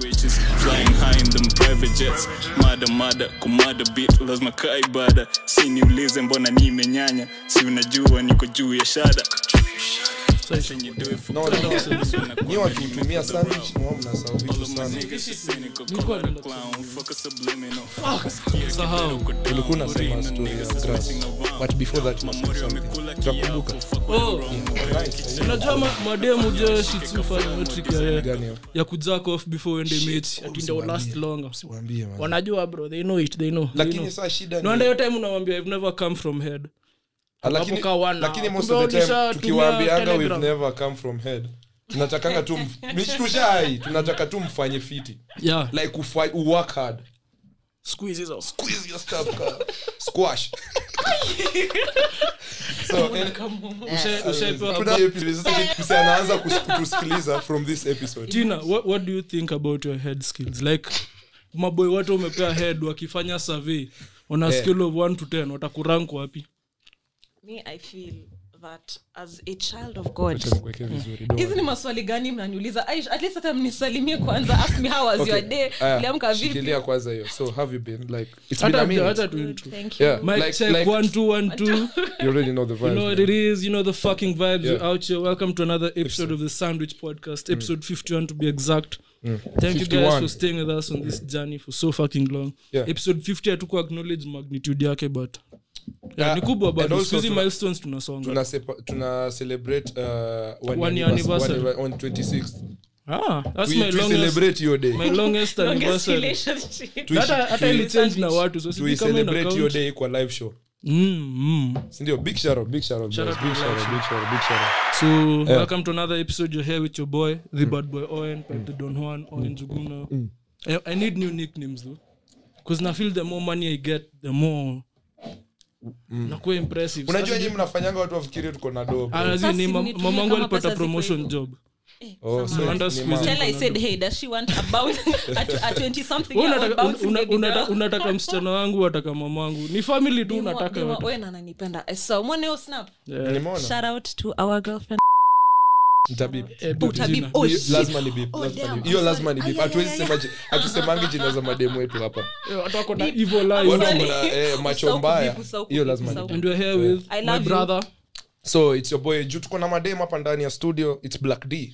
Witches flying high in them private jets mada mada kumada bit lazima kaa ibada si niulize mbona nimenyanya si unajua niko juu ya shada No, no, nyi wakiutumia sandwich ni wao mnasahau vitu sana ulikuwa unasema story ya grass but before that unasema something tutakumbuka Oh, unajua ma- mademu jo shitsufanametrick ya, gani hiyo eh, ya kujack off before uende mate atindo last longer waambie man wanajua bro they know it they know they know. lakini saa shida naenda ni Ah, hiyo time unawambia i've never come from head lakini unapokaa one lakini hour. most of Kumbe the time ukishatumia tukiwaambianga we've Telegram. never come from head tunatakanga tu mf- Mish- tushai tunataka tu mfanye fiti yeah like ufa- u work hard squeeze hizo squeeze your stuff ka squash so any- Usha- ushapewa Kuna episode, sasa mse anaanza kus- kutusikiliza from this episode tina what, what do you think about your head skills like maboy watu wamepea head wakifanya survey on a Eh. scale of 1 to 10 watakurank wapi me i feel that as a child of god Nikuweke vizuri, don't hizi ni maswali gani mnaniuliza Aish, at least hata mnisalimie kwanza ask me how was Okay, your day aya, uliamka vipi shikilia kwanza hiyo so have you been like it's been a hata minute. hata tu Good, thank you yeah mic like, check like, 1 2 1 2 you already know the vibes You know what man. it is. You know the fucking vibes. You're Yeah. Mm. out here. Welcome to another episode, of the Sandwich Podcast, episode 51 to be exact. Thank you guys 51. for staying with us on this journey for so fucking long. Yeah. Episode 50 hatuku acknowledge magnitude yake but Yeah, yeah, ni kubwa and bado also siku hizi tuna- milestones tunasonga. tuna sepa- tuna celebrate uh, one, One year anniversary, anniversary. one- on 26th Ah, that's my we, we longest celebrate your day my longest Longest anniversary. relationship. Tui- Hata hata tui- ili change na watu so tui sisi kama ina celebrate your count. day kwa live show Mm, mm. sindio big shout out, big shout out, Shout guys. out Big to shout live out, big shout out, big shout out. So welcome to another episode. You're here with your boy, the Mm. bad boy Owen, Pipe the Don Juan, Owen Juguna. I, I need new nicknames though, because I feel the more money I get, the more nakuwa impressive. Mm. unajua Sasa nyi mnafanyanga watu wafikiri tuko na dobo Ah, as in, Sasa ni ma- nitumie mamangu kama alipata pesa ziko promotion hivyo. job. Eh, Oh, so samahani. Under ni squeeze. ma- Tell her I said, hey, does she want a bounce- a- a 20 something Wewe year old unataka- bouncing una- baby unata- girl? unataka msichana wangu wataka mamangu ni family tu Ni wa- unataka ni wa- watu. wewe na ananipenda. I saw. Mwone hiyo snap? Yeah. Nimeona? Shout out to our girlfriend. Nitabip. Eh, but Utabi- jina. Oh, Hiyo shit. lazima ni bip, Oh, lazima ni damn. bip. hiyo lazima ni Ay, bip ay, hatuwezi ay, sema ji- hatusemangi jina za mademu wetu hapa Eh, watu wako na evil eyes. watu Sorry. wako na eh, macho Usahau mbaya kuvipu, usahau hiyo kuvipu, lazima ni usahau bip. And we're here with I my love you. brother. so its your boy juu tuko na mademu hapa ndani ya studio its black d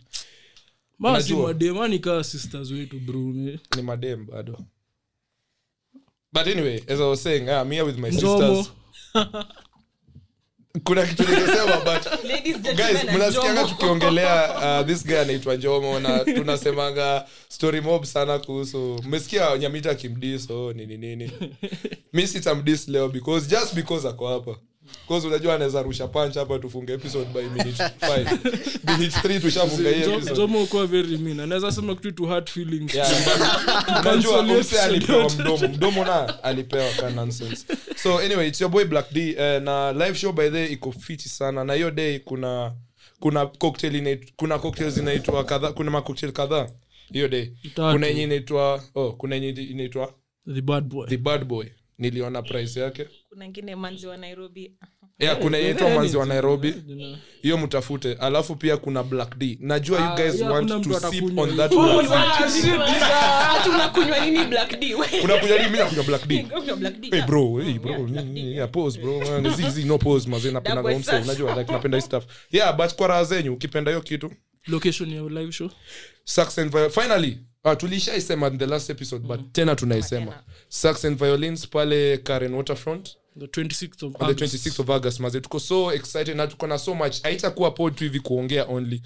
Basi Unajua. madema ni kaa sisters wetu bro. ni madem bado but anyway as i was saying ah, I'm here with my Ndomo. sisters kuna kitu nikasema but Ladies, guys gentlemen, and mnasikianga Jomo. tukiongelea uh, this guy anaitwa jomo na tunasemanga story mob sana kuhusu mmesikia nyamita akimdis oh, nini nini mi sitamdis leo because just because ako hapa bcause unajua anaweza rusha punch hapa tufunge episode by minute 5 minute 3 tushafunga hii Jo- episode jomo ukuwa very mean anaweza sema kitu to hurt feelings Yeah, unajua Cancel mse episode alipewa yote. mdomo mdomo na alipewa ka nonsense so anyway it's your boy black d eh, na live show by the iko fiti sana na hiyo day kuna kuna cocktail inait, kuna cocktails inaitwa kadhaa kuna macocktail kadhaa hiyo day Tatu. kuna yenye inaitwa oh kuna yenye inaitwa the bad boy the bad boy niliona price yake Kuna ingine manzi wa nairobi Eh, yeah, kuna yenye inaitwa manzi wa nairobi Yeah. hiyo mtafute alafu pia kuna black d najua you eh. Ah, guys yeah, want kuna mtu to sip atakunywa Oh, on that hiyo. black D. Ati unakunywa nini black d Wewe. unakuja nini mimi nakunywa black d Unakunywa black d Hey bro, hey bro, nini, Mm, yeah, pause bro, man. Zi- zi, no pause, mazee, napenda Double ngomso, sasa. unajua, like, napenda hii stuff. Yeah, but kwa raha zenyu ukipenda hiyo kitu location ya live show Sax and Viol- finally uh, tulishaisema in the last episode but Mm. tena tunaisema Sax and violins pale karen waterfront the 26th on of August. the 26th of august maze tuko so excited na tuko na so much haitakuwa pod tu hivi kuongea only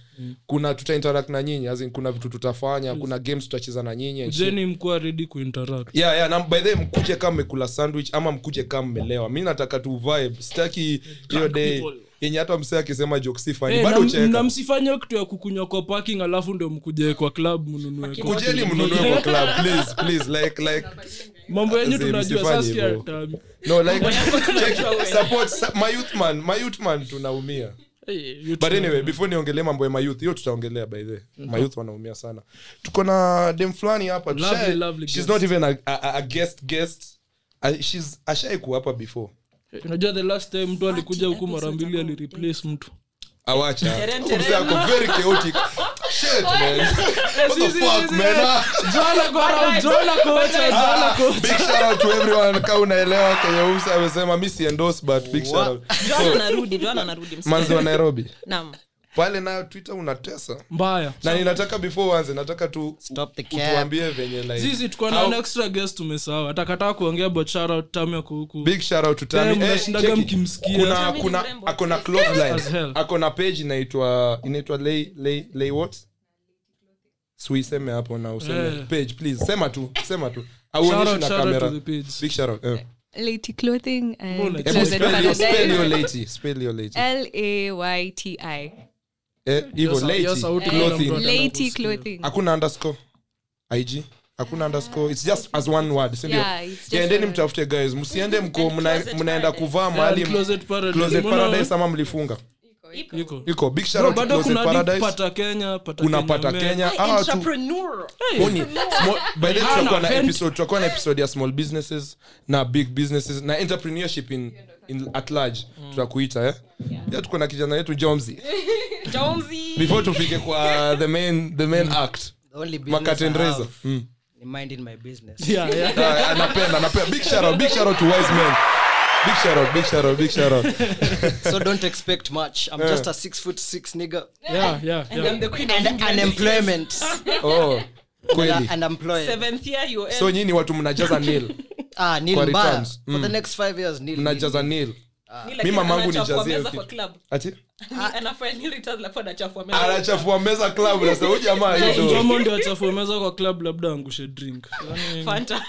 kuna tutainteract na nyinyi as in, kuna vitu tutafanya kuna games tutacheza na nyinyi and shit. jeni mkuwa ready kuinteract yeah, yeah, na by the way, mkuje kama mmekula sandwich ama mkuje kama mmelewa mi nataka tu vibe sitaki hiyo day people. yenye hata msee akisema joksifani Eh, hey, bado na- ucheka mnamsifanya kitu ya kukunywa kwa parking alafu ndio mkuje kwa club mnunue cocktail. kujeni mnunue kwa club please please like like mambo yenyu Mzee, tunajua msifanye sasa sikia hivyo. tami. no like check support su- my youth man my youth man tunaumia Eh, you but too. anyway before niongelee mambo ya mayouth hiyo tutaongelea by the way. mayouth wanaumia sana tuko na dem fulani hapa Mm-hmm. Lovely, Tushae- lovely she's guest. not even a, a, a guest guest Ah, she's ashaiku hapa before unajua the Eh, last time mtu alikuja huku episodes mara mbili ago. alireplace mtu awacha Terem, Huyu mzee terem. ako very chaotic shit man what the fuck man Ah, ah, big shout out to everyone kama unaelewa Kenya Umsa amesema mi si endorse but big shout out Joan anarudi, Joan anarudi, msikize. manzi wa Nairobi Naam. pale nayo Twitter unatesa mbaya na ninataka before uanze nataka tu Stop the cap. utuambie venye like sisi tuko na an extra guest tumesahau atakataa kuongea but shout out Tami ako huku big shout out to Tami, Tami Eh, mnashindaga cheki. mkimsikia. kuna Tami ni kuna mrembo. ako na cloth line. As hell. ako na page inaitwa inaitwa lay lay lay what suiseme hapo na useme Eh. page please sema tu sema tu Shout auonyeshi out, na shout out to kamera the page. big shout out eh. Lady Clothing and Mbona Closet Hebu Hebu spell your- spell your Paradise. lady spell your Eh. lady L-A-Y-T-I. eh hivyo Yo sa- yo lady sauti clothing Ah. kila mtu Lady anaposikia. Clothing. hakuna underscore ig hakuna underscore it's just as one word sindio Yeah, it's just endeni a- mtafute guys msiende mko And mna- Closet mnaenda Paradise. kuvaa Yeah, mahali Closet Paradise. closet Eh, Mbona- paradise ama mlifunga Iko. iko big shout Bro, out to bado closet kuna deep paradise pata Kenya, pata kuna Kenya pata men. kenya Hey, hawa tu entrepreneur. Oni, small- by the way, Hana, tutakuwa na vent. episode- tutakuwa na episode ya small businesses na big businesses na entrepreneurship in, in at large tutakuita eh? yeah, tuko na kijana yetu jomzi Jonesy. before tufike kwa the main, the main act The only business I makatendreza have mm. ni minding my business. Yeah, yeah. Ah, anapenda anapenda big shout out, big shout out to wise men big shout out, big shout out, big shout out. so don't expect much. I'm just a six foot six nigga. Yeah, yeah, yeah. I'm the queen of And England. unemployment. oh kweli and and employed. Seventh year, you end. so nyini watu mnajaza nil Ah, nil Kwa mbaya. returns. Mm. For the next five years, nil. nil. mnajaza nil Ni mi like mamangu anachafua nijazie meza ki- kwa club. ati Ni- anafanya nil returns, alafu anachafua meza. anachafua meza club nasa huyu jamaa yudo Jomo ndio achafue meza kwa club labda angushe drink Yaani- Fanta.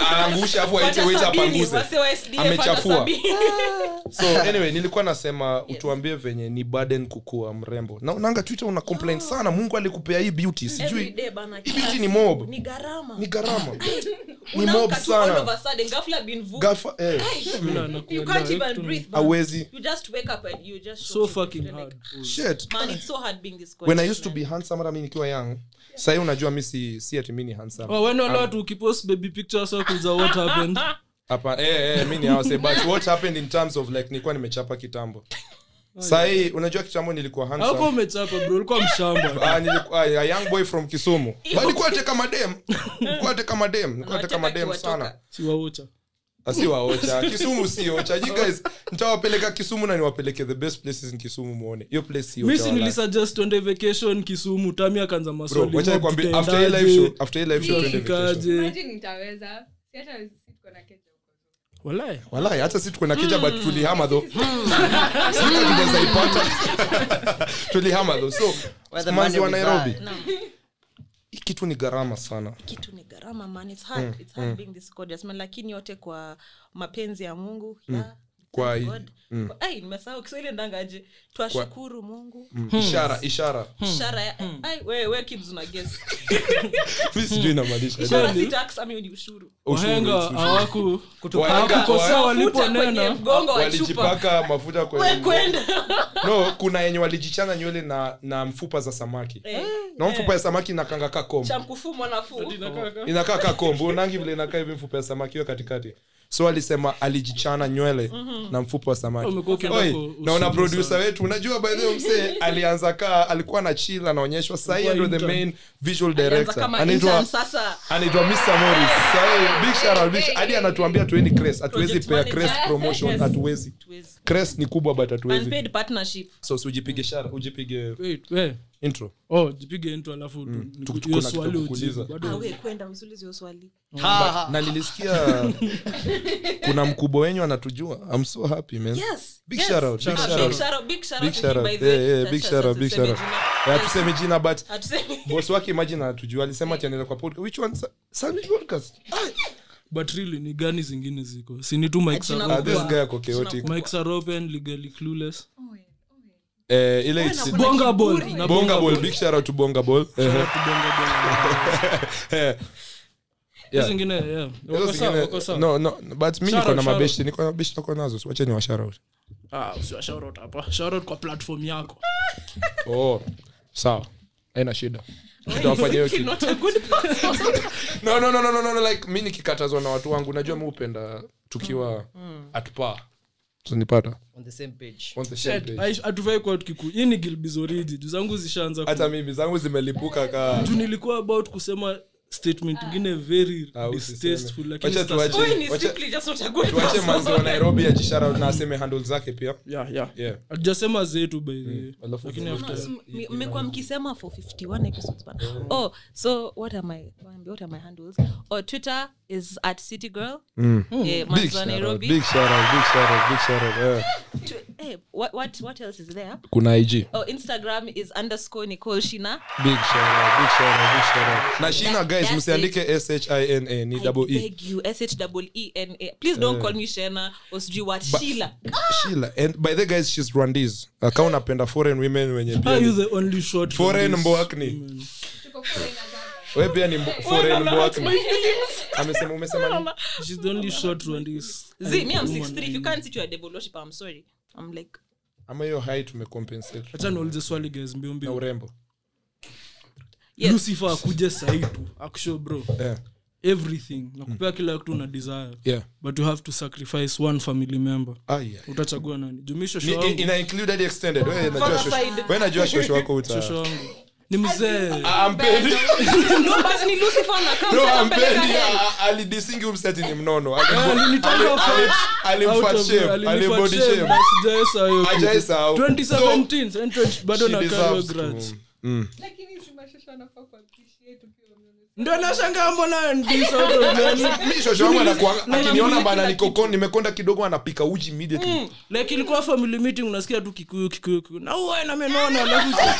aangushe afu aite Fanta waiter sabini, apanguze wasee wa SDA, Fanta Amechafua. sabini. so anyway nilikuwa nasema utuambie venye ni burden kukua mrembo na unanga twitter una complain sana mungu alikupea hii beauty Oh. Every sijui day bana, hii beauty ni mob ni gharama. ni gharama ni mob Unaamka tu all of sana a sudden, ghafla been vu- gafa eh Bila anakuelewa. You can't Hiki even tu- breathe. bana. awezi You just wake up and you just so shock it. fucking You're like, hard shit Mm. man, it's so hard being this when i gorgeous, used to man. be handsome hata mi nikiwa young sahii unajua mi si si ati mi ni handsome Oh, when wale Ah. watu ukipost baby picture circles are what happened hapa eh eh mi ni hao say but what happened in terms of like nilikuwa nimechapa kitambo sahii unajua kitambo nilikuwa handsome Haukuwa umechapa bro ulikuwa mshamba Ah, nilikuwa- ah, a young boy from kisumu But nilikuwa teka madem nilikuwa teka madem nilikuwa teka Unawateka madem kiwatoka. sana Ah, siwaocha asiwaocha kisumu siocha you guys nitawapeleka kisumu na niwapeleke the best places in kisumu muone hiyo place mi si siocha nilisuggest twende vacation kisumu tami akaanza bro maswali wacha mob, nikwambie after hii tutaendaje? live show after hii live show twende vacation Tutafikaje? Walai. walai hata si tuko na keja but tulihama tho Hmm. tunaweza ipata tulihama tho so Where the manzi money wa reside. nairobi No. hii kitu ni gharama sana kitu ni gharama man it's Mm, hard it's hard being this gorgeous man lakini yote kwa mapenzi ya mungu yeah, Mm. Kwa thank hii- mm. God. Kwa- ai nimesahau kiswahili ndangaje twashukuru mungu Mm. ishara ishara ishara ya ai we we kids una guess mi sijui inamaanisha ishara si tax ama hiyo ni ushuru wahenga Ushuru, ah, hawaku Wahenga- hawakukosea wa- Futa kwenye waliponena mgongo wa chupa walijipaka mafuta we kwenye kwenda no kuna yenye walijichana nywele na na mfupa za samaki Eh, na mfupa ya samaki inakanga ka kombo cha mkufu mwanafuu inakaa ka kombo unangi vile inakaa hivi mfupa ya samaki iwe katikati so alisema alijichana nywele Mhm. na mfupa wa samaki Umekuwa ukienda Oi, ku- na una usulu producer sana. wetu unajua by the way msee alianza kaa alikuwa na chill anaonyeshwa sahii Alikuwa ndo the intern. main visual Alianza director kama anaitwa intern sasa anaitwa Mr. Morris. Sahii, big shout out, big shout- hadi anatuambia tueni Crest. hatuwezi Project pea manager. Crest promotion Yes. hatuwezi Tuwezi. Crest ni kubwa but hatuwezi unpaid partnership so si ujipige shara ujipige Wait, we. intro Oh, jipige into alafu tu- Mm, niku- Tuko- tuko hiyo na kitu swali kukuuliza. ujibu. Ah, Bado- we kwenda msulizi uswali Ha, ha. na nilisikia kuna mkubwa wenyu anatujua I'm so happy man yes Big yes. shout out, big Ah, shout out. out, big shout out big to him, shout out by the yeah, way. yeah, Cha- big cha- shout cha- out big tuseme shout out jina. yeah tuseme jina but Ah, Hatusemi. boss wake imagine anatujua alisema ati anaenda kwa podcast which one sa- Ah, savage podcast but really ni gani zingine ziko sini tu mics are Ajina- ah, open. this guy ako chaotic Mics are open legally clueless eh ile it's bonga ball na bonga ball ball. big shout out to bonga ball Eh, Shout out to bonga ball. eh. Hizo Yeah. zingine yeah Hizo wako sawa wako zingine- sawa eh, no no but mi Shout niko out, na shout out. mabeshi niko na mabeshi niko nazo so wacha ni washarauti ah usiwa shout out hapa shout out kwa platform yako oh sawa aina shida tutawafanyia hiyo kitu. Not a good no, no, no, mm. no, no, no, no, like mi nikikatazwa na watu wangu najua mi hupenda tukiwa mm. at par tunipata on the same page On the same page. atuvai kwa tukiku hii ni gilbizoridi juu zangu zishaanza ku- hata mimi zangu zimelipuka kaa juu nilikuwa about kusema statement ingine very Ah, usiseme. distasteful lakini Wacha sasa- tuache- wacha- tuache manzi wa nairobi ajishara na aseme handle zake pia Yeah, yeah. Yeah. hatujasema zetu by the way. alafu Lakini zile- after- mmekuwa mkisema for 51 episodes bana. oh so what are my what are my handles oh twitter is at city girl eh, Mm. Big Manzo wa shout out, nairobi big shout out, big shout out, big shout out, yeah. Tw- eh, what, what, what else is there kuna ig oh instagram is underscore nicole shina Big shout out, big shout out, big shout out. na shina guys That's it. msiandike shina ni I double e Eh. beg you, S-H-E-E-N-A. E please don't call me shena or sijui what shila shila and by the guys she's rwandese akawa unapenda foreign women wenye Are pia you ni- the only short from foreign this? mbwakni we pia ni mbo- foreign mbwakni amesema umesema nini? She's the only short Rwandese. Z, me, I'm woman 6'3". If you I- can't sit, you are devil worshipper. I'm sorry. I'm like, ama hiyo hai tumecompensate acha niulize swali guys mbio na mbio urembo yes. lucifer akuje sahii tu akushow bro yeah. everything Hmm. nakupea kila kitu na desire yeah. but you have to sacrifice one family member ah, yeah. utachagua nani jumisho Ni- in- ina include hadi extended Wewe najua Father shosho- side. wewe najua shosho wako uta- shosho wangu ni mzee Ah. ampendi No, but ni Lucifer na kama No, atapeleka ampendi. hell. Ah, ah, alidisingi umseti ni mnono alinitaka Out of- alinifat shame, na sijawahi sahau kitu. Hajawahi sahau. 2017, and 20 bado na carry grudge. ndio nashangaa mbona ndiso mishoshoangu akiniona bana nikoko nimekonda kidogo anapika uji immediately Mm. like ilikuwa family meeting unasikia tu kikuyu kikuyu kikuyu na uwe na menona alafu kikuyu,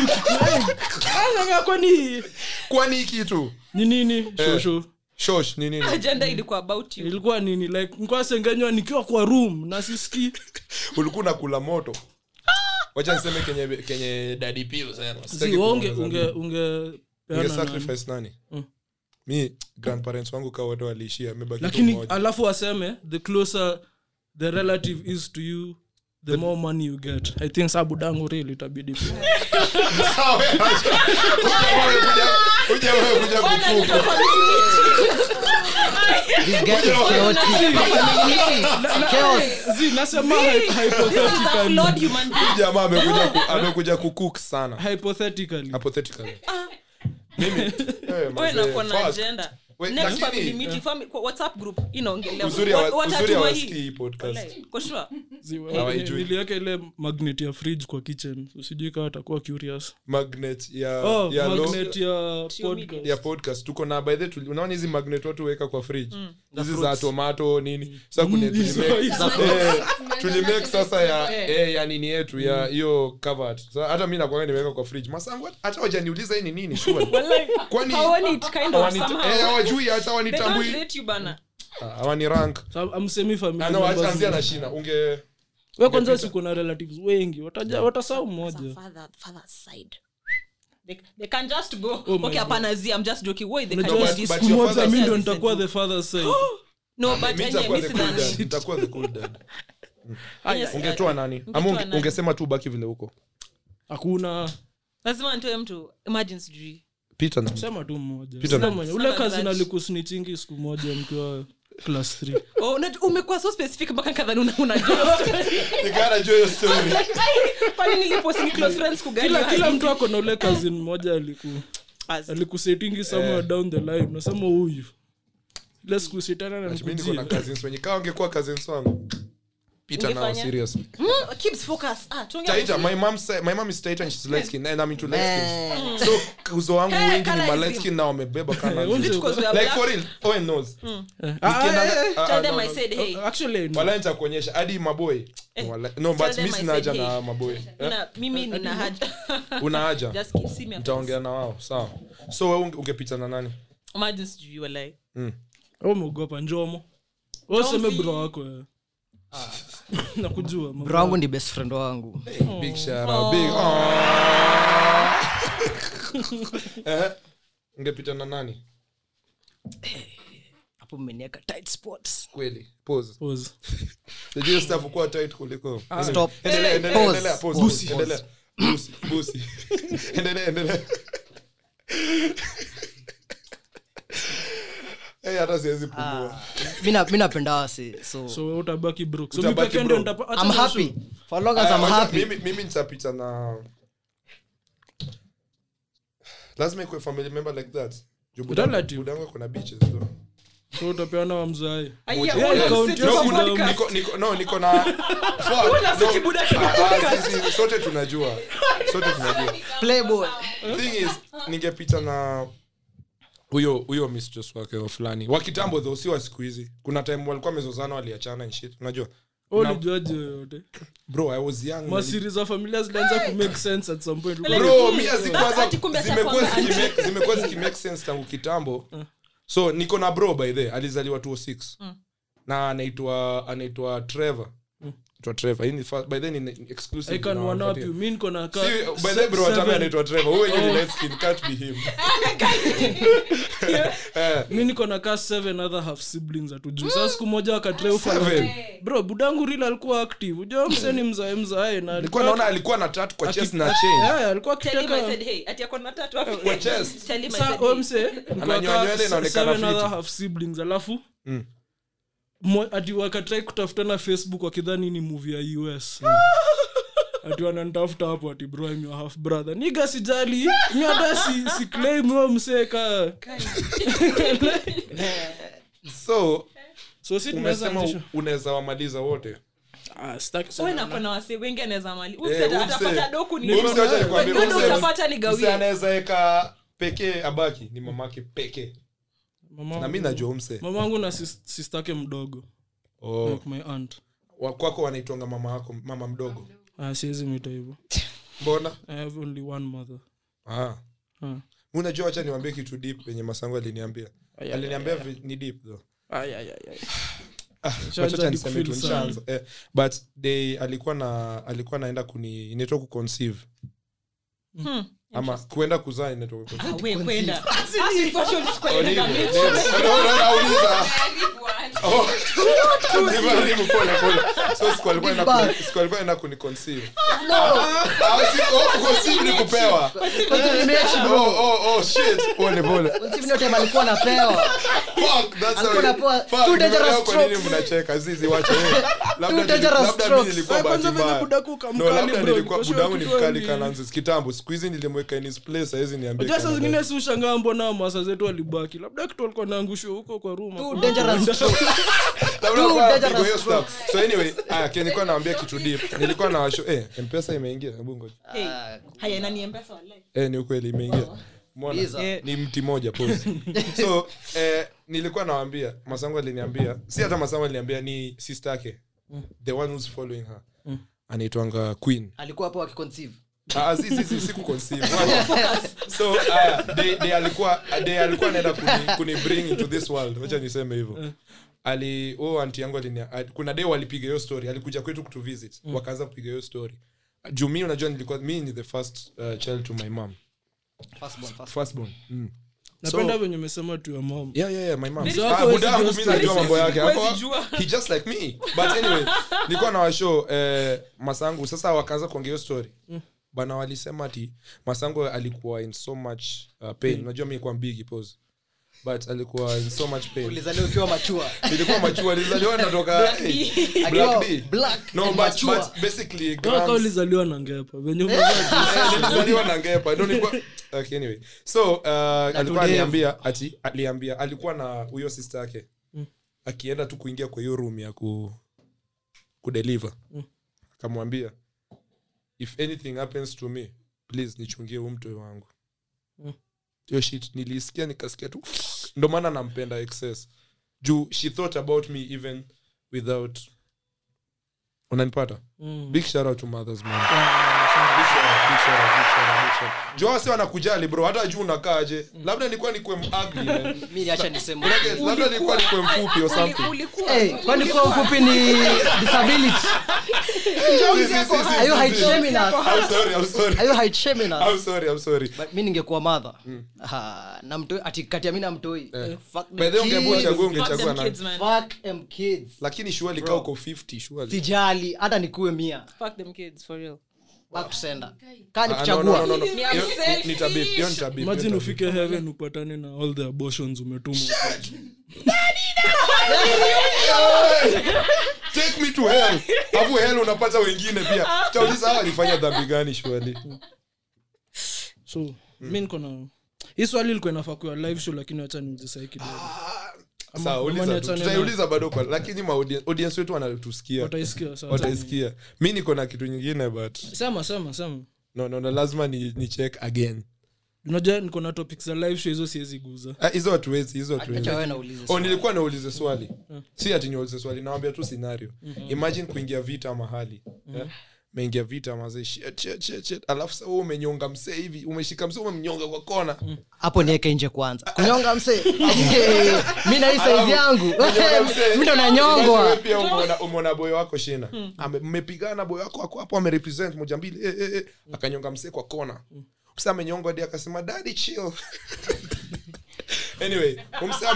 kikuyu, kikuyu. Nashangaa kwani kwani hii kitu ni nini shosho shosh ni nini Agenda ilikuwa about you. ilikuwa nini like nikuwa sengenywa nikiwa kwa room na sisiki ulikuwa unakula moto Ah! wacha niseme kenye kenye daddy pill sema Sitaki si unge kuongeza unge unge Unge peana nani. sacrifice nani Mm. mi grandparents wangu kaa wote waliishia amebaki lakini mmoja alafu waseme the closer the relative is to you the, more money you get i think sabu dangu real itabidi pia. Sawa, wewe acha. Wewe kuja- kuja wewe kuja Bwana, kukupa. niko family meeting. this guy is chaotic chaos Zee, nasema hy- This is a hypothetically flawed human being. jamaa amekuja ku- amekuja kucook sana hypothetically Ah, hypothetically mimi eh, Ah. Wewe mzee, unakuwa na fuck. agenda. Wait, Next lakini- family meeting, fami- kwa WhatsApp group, inaongelewa. Uzuri hawa- Wat- watatuma uzuri hii. hawasikii hii podcast Like, kwa sure. ah, Zee, wa- Hawaijui. niliweka ile magnet ya fridge kwa kitchen usijui kama atakuwa curious magnet ya oh, ya Ah, lo- magnet ya Tio podcast ya podcast tuko na by the way, unaona hizi magnet watu huweka kwa fridge hizi za tomato nini sasa kuna Mm. hizo- tulimake- hizo. Eh, tulimake sasa ya eh, ya nini yetu Mm. ya hiyo covered sasa hata mimi nakwanga nimeweka kwa fridge masangu hata wajaniuliza hii ni nini sure kwani Hawaoni it kind of hawani- somehow. eh, hawajui hata They don't wanitambui rate you bana. Ah, hawani rank So, amsemi family Ah, no, members acha- anzia ni- na shina unge we kwanza usiku na relatives wengi wataja watasau As a mmoja father- father's side. They- they can just go. Oh my Okay, God. hapana, Zee, I'm just joking. Why they can Unajua just but- dis- but siku your moja father mi ndo said- nitakuwa the father side No, but mi anyway, nitakuwa mi the sidhani. cool dad, nitakuwa the cool dad. Yes, ungetoa nani ama unge- nani? ungesema tu ubaki vile huko hakuna lazima nitoe mtu imagine sijui Peter na- sema tu mmoja Peter Sema na- mwenye. ule Sana kazi grudge. nalikusnichingi siku moja mkiwa class th Oh, una- umekuwa so specific mpaka kadhani una- unajua kwani nilipost ni close friends kugani kila kila hadi- mtu ako na ule kazin mmoja aliku As- alikusetingi somewhere Eh. down the line nasema huyu ile siku sitana na Mi niko na nikujia cousins wenye kaa wangekuwa cousins wangu Peter nao, Ungefanya? seriously. Mm, keeps focus. Ah, tuongea Taita, kuhusu- my mom say- my mom is Taita and she's light skin, and I'm into light skins. Eh, So, uzo wangu Hey, wengi ni colorism. ma light skin na wamebeba kama Eh, Is it because we are Like, black? for real, Oh, Owen knows. Nikienda- Ah, ah, ah, Mm. Eh, Tell no, them I no. said, hey, Eh, actually I know. Wala nitakuonyesha, hadi maboy Wala- no, but them mi I sina said haja hey. na maboy Eh, nina- mimi nina haja una haja Just keep- see me nitaongea na wao sawa so wewe unge- ungepitana nani Imagine sijui, walai. umeogopa Oh, njomo Wewe useme Don't be- bro wako eh. Ah. nakujua mambo. bro wangu ni best friend wangu Oh. big shout out, big Aw. Eh, ungepitana nani hapo mmenieka tight spots kweli pause Pause. Sijui staff kuwa tight kuliko. Ah. Stop. Endelea, Hey, endelea, pause, endelea, pause, pause, pause, endelea. Busi, busi. Endelea, endelea. Eh, hata Ah. siwezi pumua mi na- mi napenda wasi so so wewe utabaki broke. so Utabaki mipeke ndio broke. nitapa- acha i'm kuhusu- happy for long as i'm Aya, wacha, happy Eh, mimi- mimi nitapita na lazima ikuwe family member like that Juu budangu- Don't lie to you. budangu ako na bitches, though. so utapeana wa mzae Yeah, wewe yeah. account No, yako kuna- podcast. niko- niko- no, niko na- Fuck, no. Ah, ah, sisi- sote tunajua sote tunajua playboy thing is ningepita na huyo huyo mistress wake wa fulani wa kitambo though si wa siku hizi kuna time walikuwa wamezozana waliachana and shit unajua Wewe Na- ulijuaje yoyote bro i was young masiri za familia zilianza kumake sense at some point Like- bro mia Ati kumbe zikwaza zimekuwa atakuwa zikimake- zimekuwa zikimake sense tangu kitambo so niko na bro by the alizaliwa 206 na anaitwa anaitwa trevor anaitwa trevor hii ni fa- by the ni ni exclusive I can na one up wanapatia. you. Mi niko na ka- Si, by the se- bro watame seven. anaitwa trevor huyo yenye ni Oh. light skin can't be him Eh, mi niko na ka seven other half siblings hatujui saa siku moja Seven. wakatreufana bro budangu ril alikuwa active ujua mseni mzae mzae na nilikuwa naona alikuwa na tatu kwa aki- chest na aki- chain yeah, alikuwa Tell him I akiteka said, hey, ati ako na tatu hapo. Kwa chest. Tell him I Sa- oh, said, huyo hey. msee, niko Ananyoa na ka nywele se- inaonekana seven other fiti. half siblings alafu Mm. mo- ati wakatrai kutafutana facebook wakidhani ni muvi ya us Mm. ati wanantafuta hapo ati bro I'm your half brother niga sijali mi hata si, si claim huyo msee ka so so si tunaweza umesema anzisha unaweza wamaliza wote Ah, sitaki Wewe sana. na kuna wasi wengi anaweza mali. Eh, Huyu msee huyu msee. atapata doku ni- Huyu msee wacha nikwambie, Wewe huyu ndio msee- utapata nigawie. msee anaweza weka pekee abaki ni mamake pekee Mama- na mi najua umse mamangu na sis- sistake mdogo oh. like my aunt Wa- kwako wanaitwanga mama wako mama mdogo Ah, siwezi mwita hivyo mbona i have only one mother ah. Ah. unajua wacha niwambie kitu deep yenye masango aliniambia aliniambia vi- ni deep though Nishaanza Wacha niseme kufeel tu, sana. nishaanza. Eh, but they alikuwa na alikuwa naenda kuni inaitwa kuconceive Hmm. ama kuenda kuzaa inaitwa kuconceive. Ah, we, kwenda. Asi fashion square Olive, na mimi. yes. Unaona, nauliza. Oh. Nimeharibu, pole, pole. So, siku alikuwa ina- Bad. siku alikuwa ina kuniconceive. Ah, si- oh, kuconceive ni kupewa. Oh, oh, oh, shit. Pole, pole. time alikuwa napewa Fuck, that's Alikuwa how- anapewa Fuck, two dangerous nimeona kwa nini strokes. mnacheka. Zizi, wacha, eh. Labda nili- dangerous labda mimi strokes. nilikuwa Ah, kwanza bahati vile mbaya. budaku ukamkali, No, labda bro, nilikuwa nilikuwa budamu ni sure mkali kitu Kananzis. kitambo siku hizi nilimweka in his place, sahizi niambie Unajua saa Kananzis. zingine si ushangaa mbona masa zetu walibaki labda kitu alikuwa naangushwa huko kwa Two ruma dangerous strokes. Labda Dude, kwa- dangerous kwa hiyo strokes. stuff. So anyway, ah, okay, nilikuwa naambia kitu deep. Nilikuwa na washo- eh, M-Pesa imeingia, hebu ngoja. Hey. Ah, Haya, na ni M-Pesa wallahi. Eh, ni ukweli imeingia. Umeona? Liza. Eh. Ni mti moja pause. So, eh, nilikuwa nawaambia masango aliniambia si hata masango aliniambia ni sister yake the one who's following her anaitwanga queen alikuwa hapo akiconceive Ah, si, si, si, si kuconceive. Wacha. so uh, they, they alikuwa they alikuwa anaenda kuni, kuni bring into this world wacha niseme hivyo ali oh, anti yangu alinia, al- kuna day walipiga hiyo story alikuja kwetu kutu visit wakaanza kupiga hiyo story juu mi unajua nilikuwa mi ni the first uh, child to my mom Firstborn, firstborn. firstborn mm. napenda So- venye umesema tu ya mom yeah, yeah, yeah, my mom. Very Ah, specific budangu mi story. najua mambo yake Huwezi Hapo- jua. he just like me but anyway nilikuwa na washo eh, masangu sasa wakaanza kuongea hiyo story bana walisema ati masangu alikuwa in so much uh, pain unajua mi nilikuwa mbigi pose but alikuwa in so much pain ulizaliwa ukiwa machua nilikuwa machua nilizaliwa natoka Akiwa black d black no and but, mature. but basically Kama grams- ulizaliwa na ngepa venye Eh, nilizaliwa na ngepa Ndio nilikuwa- Okay, anyway. so uh, alikuwa tudevu. aliambia ati aliambia alikuwa na huyo sister yake akienda tu kuingia kwa hiyo room ya ku kudeliver akamwambia if anything happens to me please nichungie huu mtoyo wangu hiyo shit nilisikia nikasikia tu ndo maana nampenda excess juu she thought about me even without unanipata big shout out to mothers man joasi wanakujali bro hata juu unakaaje labda nilikuwa nikwe mugly, man. mi niacha niseme eh. labda nilikuwa nikwe mfupi or something Eh, kwani kuwa mfupi ni disability Si, si, si, si, Are you si, height si. shaming us? I'm sorry, I'm sorry. Are you height shaming us? I'm sorry, I'm sorry. But mi ningekuwa madha Mm. na mtoi ati kati ya mi na mtoi Fuck them Eh. By the way, ungeambiwa kids. uchague, Fuck them ungechagua nani? kids, man. Fuck them kids. lakini shuali kaa uko 50 surely. sijali hata nikuwe mia Fuck them kids, for real. back to sender kaa Ah, no, no, no, nikuchagua no. Ni am Hiyo- selfish. ni tabip, hiyo ni tabip, hiyo imagine ni tabip. ufike heaven upatane na all the abortions umetumwa Take me to hell. Hapo hell unapata wengine pia Ah. tauliza hawa alifanya dhambi gani shwali so mi niko na hii swali ilikuwa inafaa kuwa live show lakini wacha nijisahi kidogo Ah. Sawa, uliza ama tu. niachane na- tutaiuliza bado kwa lakini ma audi- audience wetu wanatusikia wataisikia sawa. wataisikia mi niko na kitu nyingine but sema sema sema no, no, no, lazima ni, ni check again unajua niko na topics za live show hizo siwezi guza Ah, hizo hatuwezi hizo hatuwezi acha wewe naulize oh, nilikuwa naulize swali si ati niulize swali nawambia tu scenario imagine kuingia vita mahali yeah? meingia vita mazee shit, shit, shit, shit. alafu sa wewe umenyonga msee hivi umeshika msee umemnyonga kwa kona hapo niweke nje kwanza kunyonga msee Eh, mi na hii saizi yangu Umenyonga msee. mi Imagine ndo wewe nanyongwa pia umeona- umeona boyo wako shina Hmm. Ame- mmepigana boyo wako ako hapo amerepresent moja mbili eh, eh, eh. Hmm. akanyonga msee kwa kona msee amenyongwa hadi akasema dadi chill anyway umse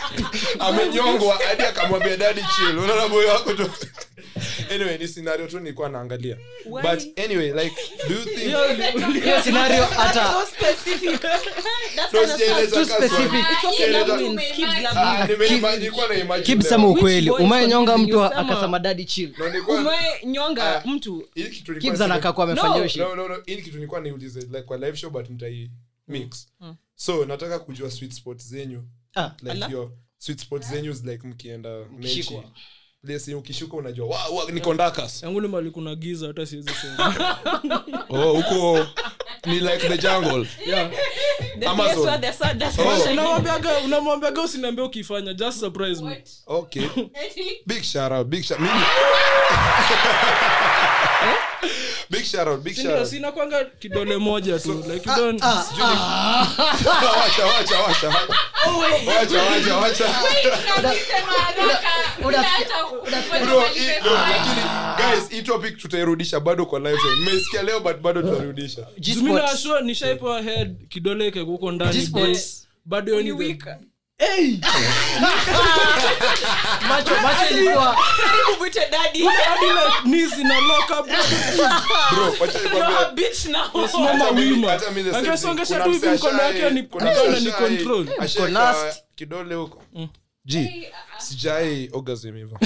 amenyongwa hadi akamwambia dadi chill unaona boyo wako tu anyway ni scenario tu nilikuwa naangalia but anyway like do you think hiyo scenario hata So specific. That's No, kind of sijaeleza sus- kaswa. Ah, Too specific. It's okay, Sijaeleza- love wins, kids love Ah, wins. nime- nilikuwa na imagine keep leo. sema Which ukweli boy is umenyonga confusing mtu you, a- Sama? akasema dadi chill No, nilikuwa- umenyonga Ah. mtu hii kitu nilikuwa kibs sime- anakaa kuwa amefanya hiyo shit no, no, no. ili kitu nilikuwa niulize like, kwa live show but mtai mix so nataka kujua sweet spot zenyu Ah, like your sweet spot zenyu is like mkienda mechi Ukishikwa. Yes, ukishuka unajua wow, wow, niko ndakas yangu ni mali kuna giza hata siwezi sema oh, huko ni like the jungle The Amazon. place where the sun does Oh. not shine. unamwambiaga unamwambiaga usiniambia ukifanya just surprise me okay big shout out big shout mimi big shout out big shout Sindio, out sina kwanga kidole moja tu like you don't wacha wacha wacha wacha wacha wacha Bro, hii- no, lakini, guys hii topic tutairudisha bado kwa live show. mmeisikia leo but bado tutarudisha Mimi na G-spots. assure nishaipewa head kidole kake huko ndani G-spots. bro. bado hiyo ni the- macho macho ilikuwa Karibu mwite daddy. Hadi like knees ina lock up. bro wacha You're nikwambie a bitch now. Simama Hata mimi- wima. hata mimi the same Akisongesha thing. tu Kuna hivi msee mkono wake ashai- ni- kuna mkono msee ni ashai- control. Mm. ashai Mko last. kaa kidole huko ji sijai orgasm hivyo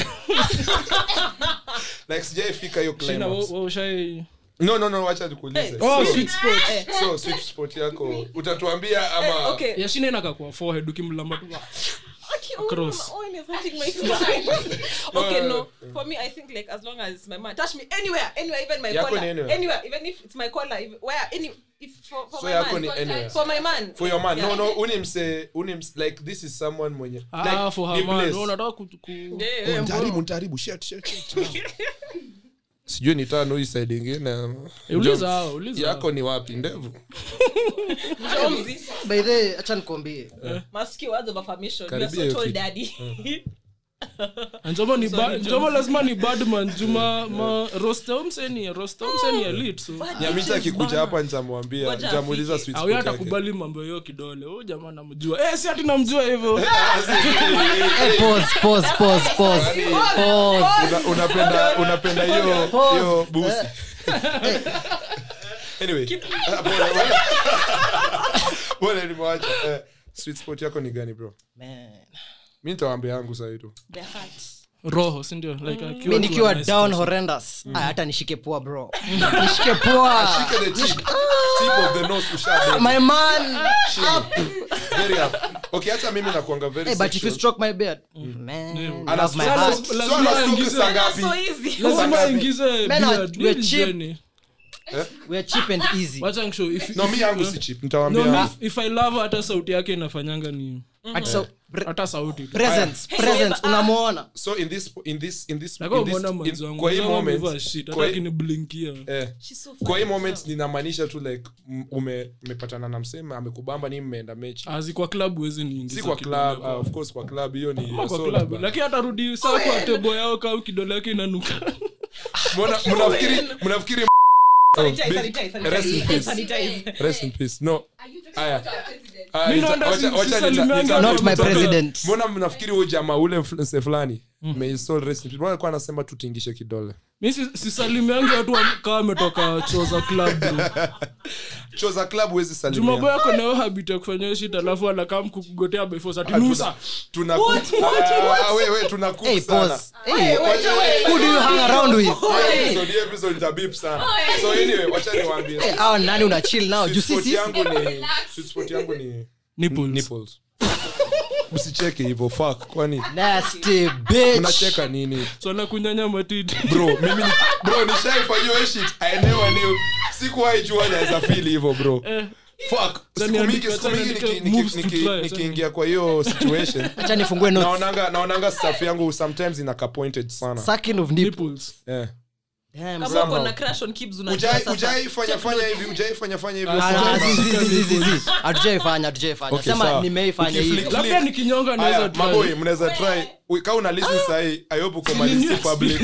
like sijai fika hiyo Shina, climax wa- wa- ushai- no no no wacha nikuulize Oh, So- sweet spot. so sweet spot yako utatuambia ama Okay. Ya shina inakaa kwa forehead ukimlamba tu Okay, oh, Cross. my own is hurting my feet. okay, Ah. no. For me, I think like as long as it's my man touch me anywhere, anywhere, even my Yako collar, ni anywhere? anywhere, even if it's my collar, if, where, any, if for, for so my yako man, ni anywhere for my man. for your man no Yeah. no unimse unimse like this is someone mwenye like, Ah, for her ni man. place. No, unataka ku- ku- Yeah, yeah, yeah. Nitaharibu, nitaharibu, shit, shit, shit. sijui ni tano hii side ingine Eh, uliza hao, uliza hao. yako ni wapi ndevu Oh, Mjomzi, by the way acha nikwambie masikio words of affirmation. You are Karibia Mm. so hiyo tall, kitu. daddy. Na Njomo ni ba- Njomo lazima ni badman juma ma roster mseni roster mseni elite so nyamita akikuja hapa nitamwambia Ngoja nitamuuliza afike. sweet spot Au yeye yake. atakubali mambo hiyo kidole huyu jamaa namjua eh si ati namjua hivyo Eh, pause, pause, pause, pause. Pause. Una- unapenda unapenda hiyo Pause. hiyo busi anyway ah, pole, pole. pole nimewacha Eh, sweet spot yako ni gani bro Man. mi nitawambia yangu sahii tu The heart. roho si ndio like akiwa mi tu Mm. nikiwa ana- down horrendous Aya, hata nishike pua bro nishike pua Shika the tip. Tip of the nose ushabe. my man Chini. Very up. Okay, hata mimi nakuanga very hey, Eh, but if you sexual. stroke my beard Mm, man Mm. Ana- love my Sasa- heart sasa Lazima anasuka aingize- saa That's ngapi? so easy. lazima Wangapi? ingize Men are- beard. we're Hii cheap. journey. we are cheap and easy Wacha nikushow, if- No, if- mi yangu eh, si cheap, no, nitawaambia. mi- if i love hata sauti yake inafanyanga ni Ati so pre- hata sauti tu presence presence unamuona So in this- in this- in this- Nataka in this- umwona mwenzi in- wangu, kwa hii mwenzi wangu moment- amevaa shit, hata kwa hii- akiniblikia. eh, She's so kwa funny. hii moment ninamaanisha tu like m- ume- umepatana na msema amekubamba ni mmeenda mechi Ah, si kwa club huwezi niingiza si kwa kidole club kwa- ah, of course kwa club hiyo ni Ama kwa assault, club. bana. lakini Oh, atarudi saa kwa tebo yao kaa kidole yake inanuka Mbona- mnafikiri mnafikiri Sanitize, Oh, big- sanitize, rest in sanitize. peace. Sanitize. Rest in peace. No. ah, Aya. Aya, Mi nita- naenda si- wacha- wacha nita- sisalimiangi nita- na not my mtoto. president mbona mnafikiri huyu jamaa ule influencer fulani Mm. May his soul rest in peace. Bwana alikuwa anasema tutingishe kidole mi si- sisalimiangi watu wa- kama ametoka choza club bro. choo za club huwezi jumabo salimia yako nayo habit ya kufanya hiyo shit alafu anakam kukugotea befosatinusa Tuna- What? What? Ah, What? ah, we, we, tuna cook Hey, sana. boss. Hey, who do you hang around with? Hii episode- hii episode nitabip sana. Oh, So anyway, wacha niwaambie. Hey, oh, hao nani una chill nao Sweet juu spot sisi yangu ni- sweet spot yangu ni nipples. msicheke hivyo fuck kwani nasty bitch unacheka nini sanakunyanya matiti bro mimi ni- bro nishaifanyiwa hii shit aenewa neo sikuwahi jua naweza feel hivyo bro Eh. fuck siku Tani mingi andika- siku tani mingi andika niki- niki- moves to niki- try, nikiingia kwa hiyo situation acha nifungue notes naonanga naonanga staff yangu sometimes inaka pointed sana sucking of nipple nipples eh damn kama Somehow. uko na crush on kibs unajua ujai sasa. ujai fanya fanya hivi ujai fanya fanya hivi Ah, Ah, Sasa- zi- zi- zi- zi- zi- zi. hatujaifanya hatujaifanya Okay, sema sawa. nimeifanya Ukiflick- hivi labda nikinyonga naweza Aya, try. maboi mnaweza try We- kama una listen sahii ayopo kwa malisi public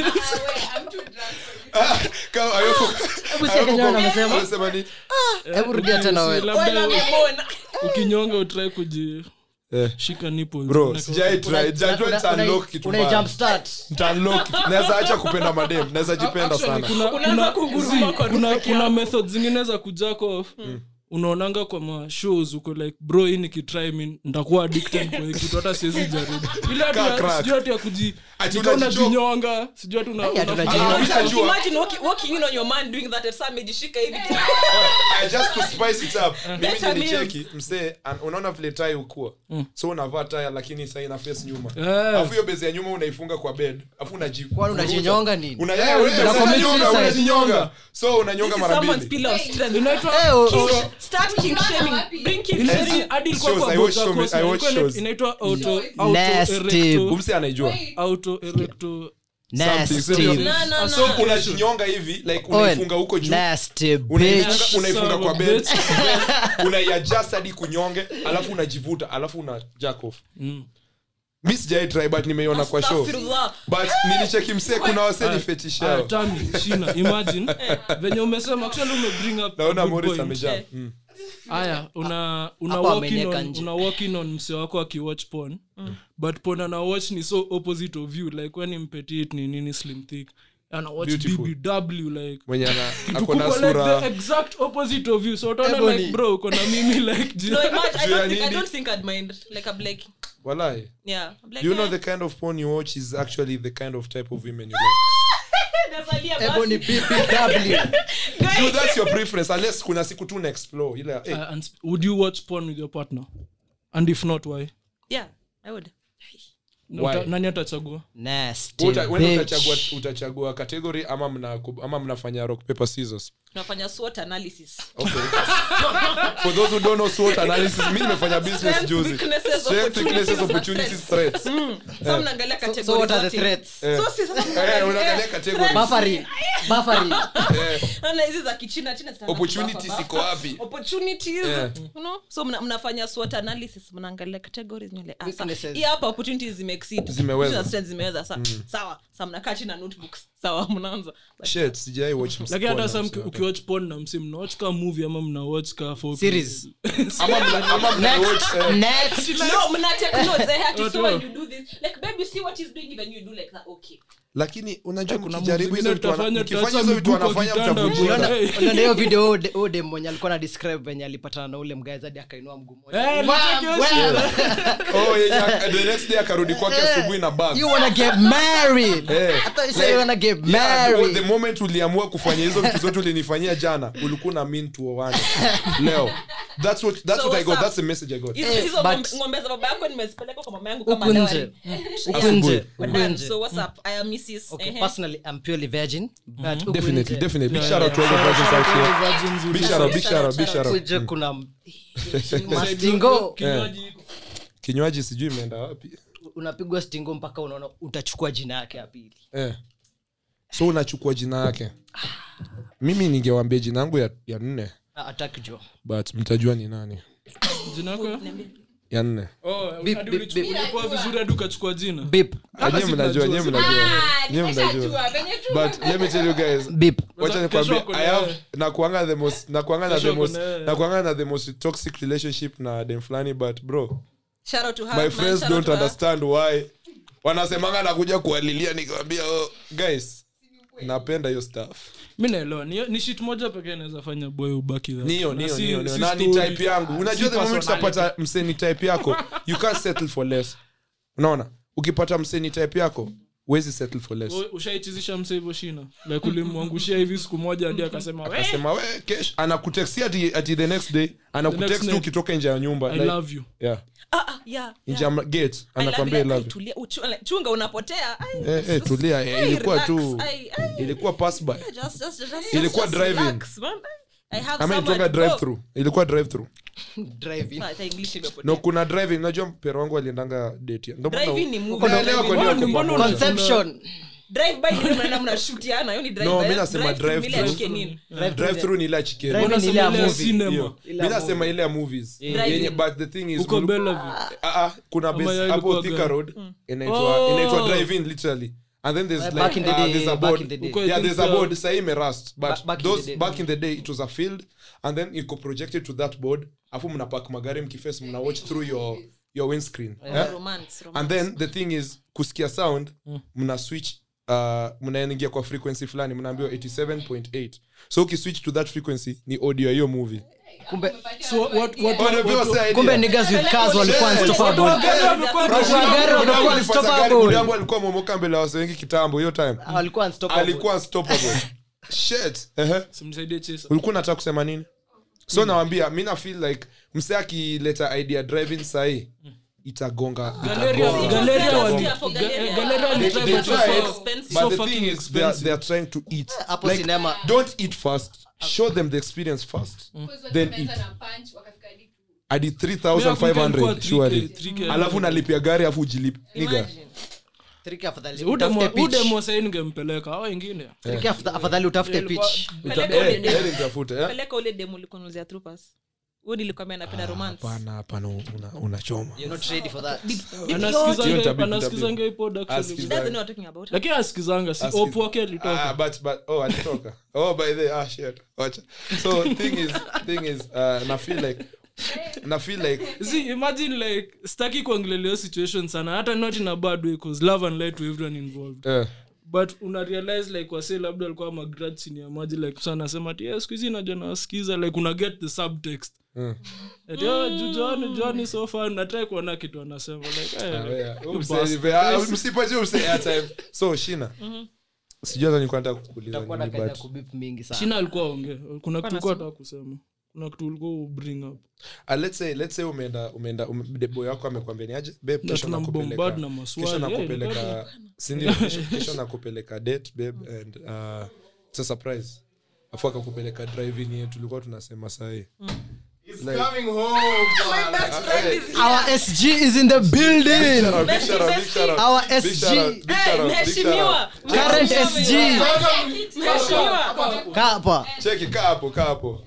Ah, kama ayopo Hebu sikia ayopo kijana kwa- amesema. amesema nini hebu rudia tena Si- wewe labda Mbona? ukinyonga utrai kujishika Eh, nipples. bro Una- sijai try jajua nitanlock kitu una mbaya. jump start Nitanlock kitu. naweza acha kupenda madem naweza jipenda Actually, sana kuna- Unaanza kuna- kunguruma see, kwa kuna- rafiki kuna method zingine za kujack off Mm. unaonanga kwa mashows uko like bro hii nikitry mi ntakuwa addicted kwenye kitu hata siwezi jaribu ile hati Kaa ya- crack. sijui hati ya kuji Ati ikawa unajichoke. unajinyonga sijui hati una- hati una- unajinyonga. Ah, Unajua. Imagine walking- walking in on your man doing that and Sam amejishika hivi. Ah, just to spice it up mimi Mm. Better Mm. nilicheki msee an- unaona vile tai ukua so unavaa taya lakini sai na face nyuma Eh. afu hiyo bezi ya nyuma unaifunga kwa bed afu unaji- kwani unajinyonga nini Una- yeah, wewe Una commit unajinyonga, suicide. unajinyonga. so This unanyonga is mara someone's mbili pillar of strength. inaitwa Eh, oh, oh. King- start king shaming. Bring king Ile shaming. si- hadi ilikuwa Shows, kwa I Bob watch show- Jacobs, I ilikuwa watch shows. ina- inaitwa auto- auto Nasty. erecto- umse anaijua auto erecto- nasty Na, na, Ah, so na. unajinyonga hivi like unaifunga huko juu nasty unaifunga bitch unaifunga kwa Bitch. bed unaiadjust hadi kunyonge alafu unajivuta alafu una jack off mi sijai try but nimeiona kwa show Mm. Astaghfirullah. but nilicheki msee kuna waseni fetish Ah, yao Tami, shina imagine venye umesema actually ume bring up a naona good moris point. amejaa Eh. Mm. Aya, una una Hapo walk in amenieka on- nje. Mm. una walk in on mse wako akiwatch pon but pon anawatch ni so opposite of you like when impetit ni nini slim thick anawatch Beautiful. bbw like mwenye ana- kitu ako na kubwa like the sura exact opposite of you so utaona Ebony. like bro uko na mimi like jina- No, imagine- I Juu ya don't think- I nini? don't think I'd mind. Like, I'm like, walai yeah. I'm like, you know eh, the kind of porn you watch is actually the kind of type of women you like nazalia basi. hebu ni bbw Guys, you that's your preference unless kuna siku tu na explore ile eh, Uh, and sp- would you watch porn with your partner and if not why yeah, I would. Na Why? uta- nani atachagua nasty uta- wewe utachagua bitch utachagua category ama mna ama mnafanya rock paper scissors Tunafanya SWOT analysis. okay for those who don't know SWOT analysis mimi nimefanya business Strengths, juzi weaknesses, strength weaknesses opportunities, opportunities threats Mm. So mnaangalia So- so what are categories zote. the threats Eh. So si sasa eh mnaangalia- unaangalia categories buffering buffering eh Naona hizi za kichina china zitaanza opportunities kubuffer, iko wapi opportunities Yeah. you know so mna, mnafanya SWOT analysis mnaangalia categories nyele ah, sawa. Weaknesses. hii hapa opportunities zimeexceed Zimeweza. Mm. Hizi za strength zimeweza sawa sawa sawa mnakaa chini na notebooks sawa mnaanza like, shit sijai watch msichana lakini hata sam msichana. ukiwatch pon na msi mnawatch ka movie ama mnawatch ka for- series ama mna- ama mna watch eh, next no mna take notes eh ati Watu so wa- when you do this like babe you see what he's doing even you do like that okay lakini unajua Eh, Kuna mkijaribu movie hizo vitu wana- utafanya, mkifanya utaacha hizo vitu miguu kwa wanafanya kitanda, Yaani mtavunjika bro. Unaona- unaona hiyo video huyo de- huyo dem mwenye alikuwa na describe venye alipatana na ule mgae zadi akainua mguu moja Eh, nitaki hiyo shit. oh yeah the next day akarudi kwake asubuhi na bag you wanna get married Eh, I thought you said like, you wanna get yeah, married the moment uliamua kufanya hizo vitu zote ulinifanyia jana ulikuwa na mean tuoane leo that's what that's So what i what's got up? that's the message i got hizo Eh, hizo but- ng'ombe- ng'ombe za baba yako nimezipeleka kwa mama yangu kama huku nje dawari. huku nje We're huku done. nje so what's up i am eh, mrs okay Ehe. personally i'm purely virgin but huku Mhm. definitely nje- definitely big Yeah, shout out to all the yeah. virgins out here Virgins with- big shout out big shout out big shout huku out nje kuna Side mastingo note, kinywaji Eh. iko. Mm. kinywaji sijui imeenda wapi unapigwa stingo mpaka unaona utachukua jina yake ya pili eh so unachukua jina yake mimi ningewambia jina yangu ya, ya nne Ah, hataki jua. but mtajua ni nani Jina yako ya? ya nne Oh, hadi bip, ulichukua- bip. ulikuwa vizuri hadi ukachukua jina Beep, nyewe si mnajua mnajua, nyewe si mnajua nyewe mnajua but let me tell you guys beep. wacha Kesho nikwambie wako na i have wewe. nakuanga the most nakuanga na Kesho the wako most na wewe. nakuanga na the most toxic relationship na dem fulani but bro Shout out to her, my Ah, man, friends shout out don't to her. understand why wanasemanga nakuja kuwalilia nikiwambia oh, guys napenda hiyo staff mi naelewa ni, ni shit moja pekee naweza fanya boy ubaki that. niyo Na niyo si- niyo si niyo na ni story. Ah, type yangu unajua the moment utapata mseni type yako you can't settle for less unaona ukipata mseni type yako huwezi settle for less U- ushaichizisha mse hivyo shina like ulimwangushia hivi siku moja ndio akasema "We, asema we kesh anakutexti ati, ati the next day next anakutexti day. tu ukitoka nje ya nyumba i love you yeah. Ah, ah, yeah, nje yeah. ya ma- gate I love anakwambia you. love you. Tulia, uchu- chunga unapotea Ai, Eh, eh, tulia eh, ai, ilikuwa relax. tu Ai, ai, ilikuwa pass by just- just- just- just- Ilikuwa just drive-in. relax, man. I have ama someone ilitoka to drive go. through ilikuwa drive through Drive in. Ah, hata English imepotea. no kuna driving najua mpero wangu aliendanga date ya- ndio maana- Drive-in ni movie. Unaelewa kwa nini Mbona- wako mbona pamoja? unasema- Conception. Drive by ndio mnaenda mnashutiana, hiyo ni drive No, by. mi nasema Drive-through drive-through. ni ile ya chicken inn. Drive drive through ni ile ya chicken. Drive-in Mbona ni ile ya sema ile ya movie. cinema? Hiyo. mi Ile ya nasema ile ya movies Drive-in. yenye but the thing is Huko ulu- Bellevue. Ah, ah, kuna Ama base ya hapo ilikuwa Thika gani? Road Mm. inaitwa Oh. inaitwa drive in literally and then there's Back like in the ah, day, there's a back board in the day. Uko- I yeah think there's a the- board sahii imerust but Ba- back in the those day. back in the day it was a field and then iko projected to that board afu mnapak magari mkiface mna watch through your your windscreen Eh? Romance, romance. and then the thing is kusikia sound Mm. mna switch uh, mnaingia kwa frequency fulani mnaambiwa 87.8 so ukiswitch to that frequency ni audio ya hiyo movie Kumbe- so what, what, what, Oh, nimepewa saa idea. kumbe niggas with cars walikuwa Yeah. unstoppable. Rush wa gari Mudangu walikuwa alipata unstoppable. gari, mudangu alikuwa momoka mbele ya wase wengi kitambo hiyo time Ah, walikuwa unstoppable. alikuwa unstoppable. Shit. Ehe. simsaidie chesa ulikuwa nataka kusema nini Hmm. so nawambia mi na feel like mse akileta idea driving sahii itagonga Galeria- itagonga. Galeria Just wali- hapo Ga- Galeria. Galeria They- They- walitry, they but so- tried, so expensive. but the fucking thing is they are- expensive. Eh, they are trying to eat Hapo cinema. don't eat first Ah. show them the experience first Hmm. Mm. then eat hadi Ilikuwa 3500 3K, surely 3K. alafu nalipia gari alafu ujilipi niga Tricky afadhali Ude mwa- utafute pitch. ude mwasai ningempeleka au wengine Tricky afta- afadhali utafute pitch. Peleka Eh, ule demu. heri nitafute, eh. Peleka ule demu ulikonuuzia Troopers. Huyo nilikwambia napenda romance. Ah, hapana hapana una- unachoma You're not ready for that. Hiyo ni tabia, anaskizanga He Asikiza. ipodakiini doesn't know what we're talking about. askizanga si Asikiza. op wake Ah, alitoka but but oh alitoka oh by the ah shit wacha so thing is thing is uh, na feel like na feel like See, imagine like sitaki kuangelelea hiyo situation sana hata not in a bad way cause love and light to everyone involved eh, but una realize like wase labda alikuwa magrad chini ya maji like sa anasema ti yes kuizi najua nawasikiza like una get the subtext Mm. Ati, "Oh, ju- Johnny, Johnny so far natrai kuona kitu anasema like eh, ah, yeah. you Huyu mse- bastard. Mm-hmm. hivi, ah, msipatie mse airtime so shina sijui hata nilikuwa nataka kukuuliza Utakuwa na nini kazi ya but kubip mingi sana. shina alikuwa onge kuna kitu ulikuwa unataka kusema kuna kitu ulikuwa u bring up ah, let's say let's say umeenda umeenda um, the boy wako amekwambia ni aje babe Na kesho nakupeleka tunambombard na maswali, kesho eh, nakupeleka si ndio kesho, kesho nakupeleka date babe and uh, it's a surprise afu akakupeleka drive-in yetu tulikuwa tunasema sahi Like- ah, Best friend is here. Our SG is in the building. Big shout out, big shout out. Our Big SG. shout out, big Hey, shout out, big mheshimiwa. shout Current SG. Mheshimiwa. Kaa hapa. out. Cheki, kaa hapo, kaa hapo.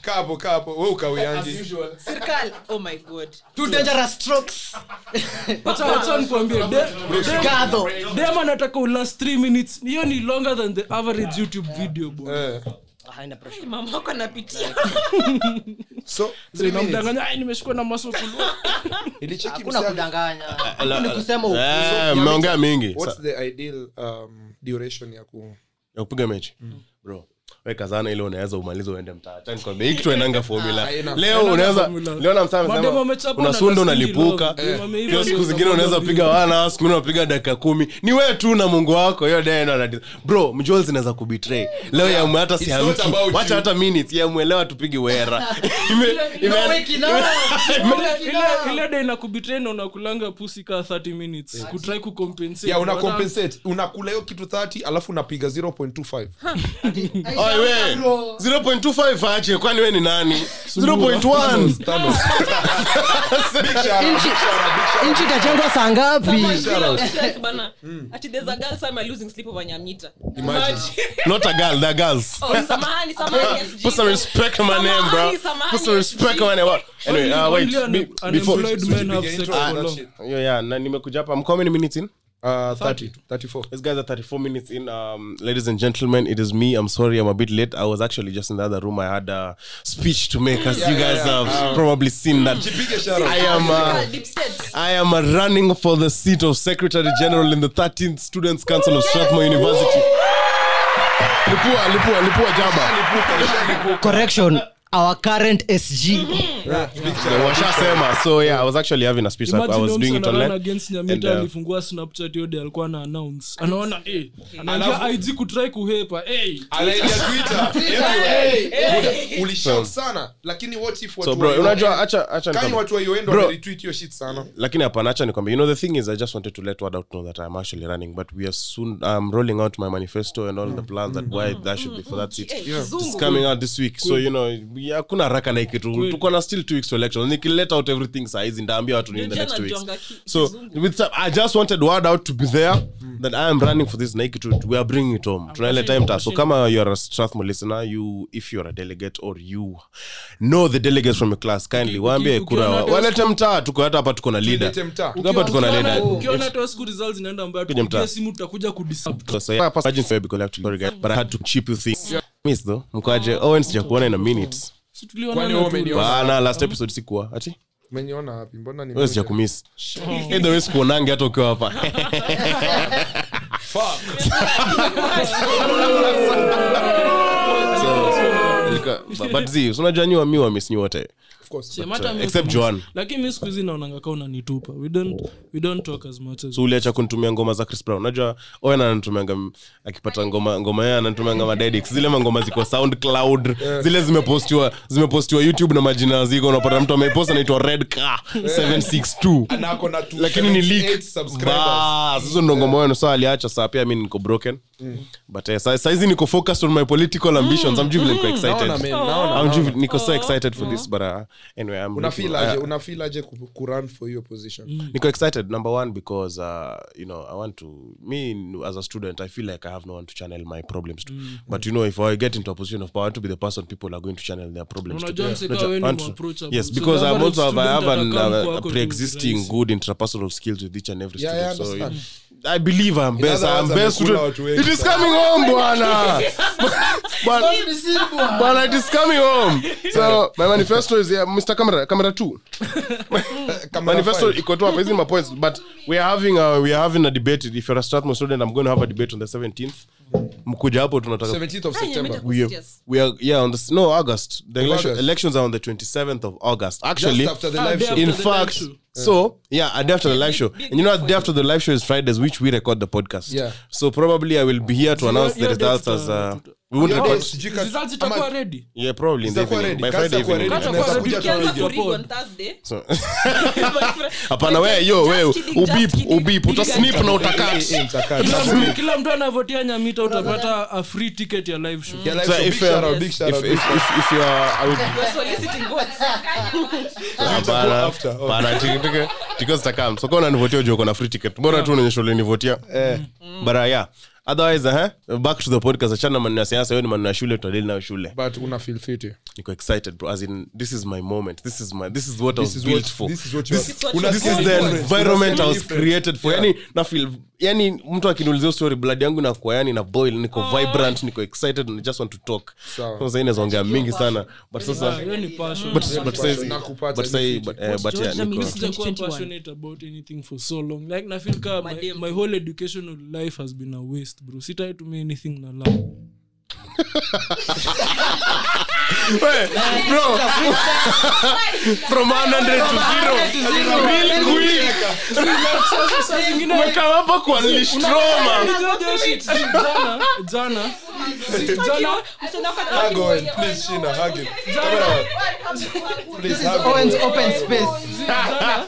Kaa hapo, kaa hapo. Wewe ukawiangi. Serikali. Oh my God. Two dangerous strokes. Wacha- wacha nikwambie, de- Gatho. dem anataka ulast three minutes hiyo ni longer than the average youtube video bo Eh. Ah, haina pressure. Mama wako anapitia. So, three minutes. namdanganya "Ai, nimeshikwa na masokulu Nilicheki Hakuna msea- Eh, kudanganya. Ni kusema ukweli. Eh, mmeongea mingi what's Sa- the ideal, um, duration ya ku- ya kupiga mechi bro we kazana ile unaweza umalize uende mtaa Acha nikwambie, hii kitu hainanga formula Haina. leo unaweza formula. leo na mtaa Mademu amesema amechapa una na sundo dustbin unalipuka love. Mama hivyo Kila ndio siku zingine sababu unaweza mbili. piga wana siku ingine unapiga dakika kumi ni wewe tu na mungu wako hiyo day ndo anati- bro mjol zinaweza kubetray leo ya mwe hata si It's not hamki. about wacha you. hata minutes ya mwelewa tupige wera Ime- ime- Ile- ile- ile day nakubitena unakulanga pusi kaa 30 minutes kutrai kucompensate. Eh. Yeah, una Wala- compensate. unakula hiyo kitu 30 alafu unapiga 0.25 Hmm. Oi, we 0.25 ache kwani we ni nani 0.1 Tano. Big shout out, big shout out, big shout out. nchi itajengwa saa ngapi Bana. Ati there's a girl somewhere losing sleep over Nyamita. Mm. Imagine. not a girl the girls Oh, samahani, samahani, SG. Put some respect on my name, bro. Samahani, Put some samahani, respect on my name. What? Anyway, Only- uh, wait. only Be, un- before. Ah, unemployed men have Piga sex intro for and that long. shit. Yo, yeah, na nimekuja hapa. Mko how many minutes in? uh, 30, 34. These guys are 34 minutes in. Um, ladies and gentlemen, it is me. I'm sorry, I'm a bit late. I was actually just in the other room. I had a speech to make, as you yeah, guys yeah. have probably seen that. Jipige shout out. I am. Uh, Deep states. I am uh, running for the seat of Secretary General in the 13th Students' Council of Strathmore University. Lipua, Lipua, Lipua Jaba. correction our current sg Washasema. So yeah, I was actually having a speech. I, I Imagine was huyo doing it msee anaran online. against And, nyamita uh, alifungua snapchat yode alikuwa na announce anaona eh, anaingia ig kutrai kuhepa eh. Anaingia Twitter. Anyway, kuna- ulishout sana lakini what if So watu bro, wa- unajua acha acha Kani nikam- watu wa Yoendo Bro. wanaretweet hiyo shit sana lakini hapana acha nikwambia you know the thing is i just wanted to let word out know that i'm actually running but we are soon i'm rolling out my manifesto and all the plans that why that should be for that Mm, seat it's coming out this week so you know we- hakuna raka na kitu tuko na still two weeks to elections nikileta out everything saa hizi ndaambia watu ni in the Jana next two weeks jonga ki- so kizungu. with some, i just wanted word out to be there that i am running for this nike to we are bringing it home tunaile time ta so kama you are a strathmore listener you if you are a delegate or you know the delegates from your class kindly waambie uki- kura ukiona walete mtaa tuko hata hapa tuko na leader Tulete mtaa. Tuko hapa tuko na Ukiona- leader ukiona hata siku results zinaenda mbaya Kwenye tupigie mtaa. simu tutakuja kudisrupt. So, yeah, I passed- imagine Fabi Collect- sorry, guys, but I had to chip you things. Miss though, mkwaje Owen sijakuona in a minute Si tuliona Kwani na wewe tu- umeniona? bana last episode sikuwa ati Umeniona wapi? Mbona ni wewe sijakumiss either way sikuonange hata ukiwa hapa So, nilikuwa- but- but zi, si unajua nyi wa mi wa miss nyi wote Of course. Sema hata So, mimi except siku- Joan. lakini mi siku hizi naonanga ka unanitupa we don't, we don't talk as much as so uliacha kunitumia ngoma za chris brown unajua owen ananitumianga m- akipata ngoma ngoma yeye ananitumianga madedix zile mangoma ziko soundcloud zile zimepostiwa zimepostiwa youtube na majina ziko unapata mtu ameipost anaitwa red car 762 Na ako na two lakini ni seventy leak. eight subscribers. Baa, hizo ndo ngoma yenu saa aliacha saa pia mi niko broken Mm. but eh, sa- saizi niko focused on my political ambitions I'm jubilant, niko excited Naona, man, naona, Oh. Mm. I'm naona. jubil- niko so excited for this but uh, anyway I'm Unafeel I- aje- unafeel aje ku- kurun for hiyo position Mm. niko excited number one because uh, you know i want to me as a student i feel like i have no one to channel my problems to Mm. but you know if i get into a position of power I want to be the person people are going to channel their problems to Unajua mse kama Unajua- wewe ni I want to- approachable. yes So because the i'm average also i have an student atakaa uh, kwako a tu pre-existing kirahisi. good interpersonal skills with each and every Yeah, yeah, student so understand. I believe I'm best. other I'm words, best amekula student. watu wengi It is coming home, bwana. Bwana- bwana, it is coming home. So my manifesto is yeah, Mr. Camera, Camera two Camera manifesto five. iko tu hapa hizi ma points but we are having a, we are having a debate if you're a strathmore student i'm going to have a debate on the 17th mkuja hapo tunataka 17th of Ah, yeah, September. imetoka we are, serious. we are yeah on the s- no august the election, August. elections are on the 27th of august Just actually after the Ah, live they show. have- in After the live fact show. so yeah a day after the live show big and you know a day after the live show is fridays which we record the podcast Yeah. so probably i will be here to announce the your day results as tuta- uh, tuta- we won't Your record days. Sijui ka- results itakuwa ama- ready yeah probably in the Zitakuwa evening ready. by Kazi friday zitakuwa evening ready. Kata kwa Unaweza ready. kuja Ukianza tuongee. kuongea. Kurig on Thursday. So- hapana hapana we yo we ubip ubip utasnip na Eh, utakat eh, mtakaa. kila mtu anavotia nyamita utapata a free ticket ya live show Yeah, live So show. Big if, uh, shout out, big shout if, out, if, big shout out. if, if you are I would Itakuwa Hapana, after. Oh. hapana, tikitiki, tikio zitakam so kama unanivotia ujue uko na free ticket bora tu unaonyesha ulinivotia Eh. but uh, yeah otherwise uh, eh, back to the podcast achana na maneno ya siasa hiyo ni maneno ya shule tunadili nayo shule But una feel fiti. niko excited bro as in this is my moment this is my this is what This i was is built what- for this is what you are- what una- you this are is the built for. environment i was Different. created for Yeah. yani na feel yani mtu akiniulizia hiyo story blood yangu inakuwa yani na boil niko vibrant niko excited and i just want to talk Sawa. sasa hii nazoongea mingi sana but sasa Ah, hiyo ni passion but but saizi- Nakupata, but saizi- nifiti. but, eh, but yeah, Georgia niko- means- sijakuwa 2021. passionate about anything for so long like na feel ka my, Madem. my whole educational life has been a waste bro sitai tumia anything na love Hey, bro. From 100 to zero. Real quick. Umetoa hapa kwa unleash trauma. Unajua shit, jana jana jana Hug on, please, Shina, hug him. Please, hug him. Owens open space jana-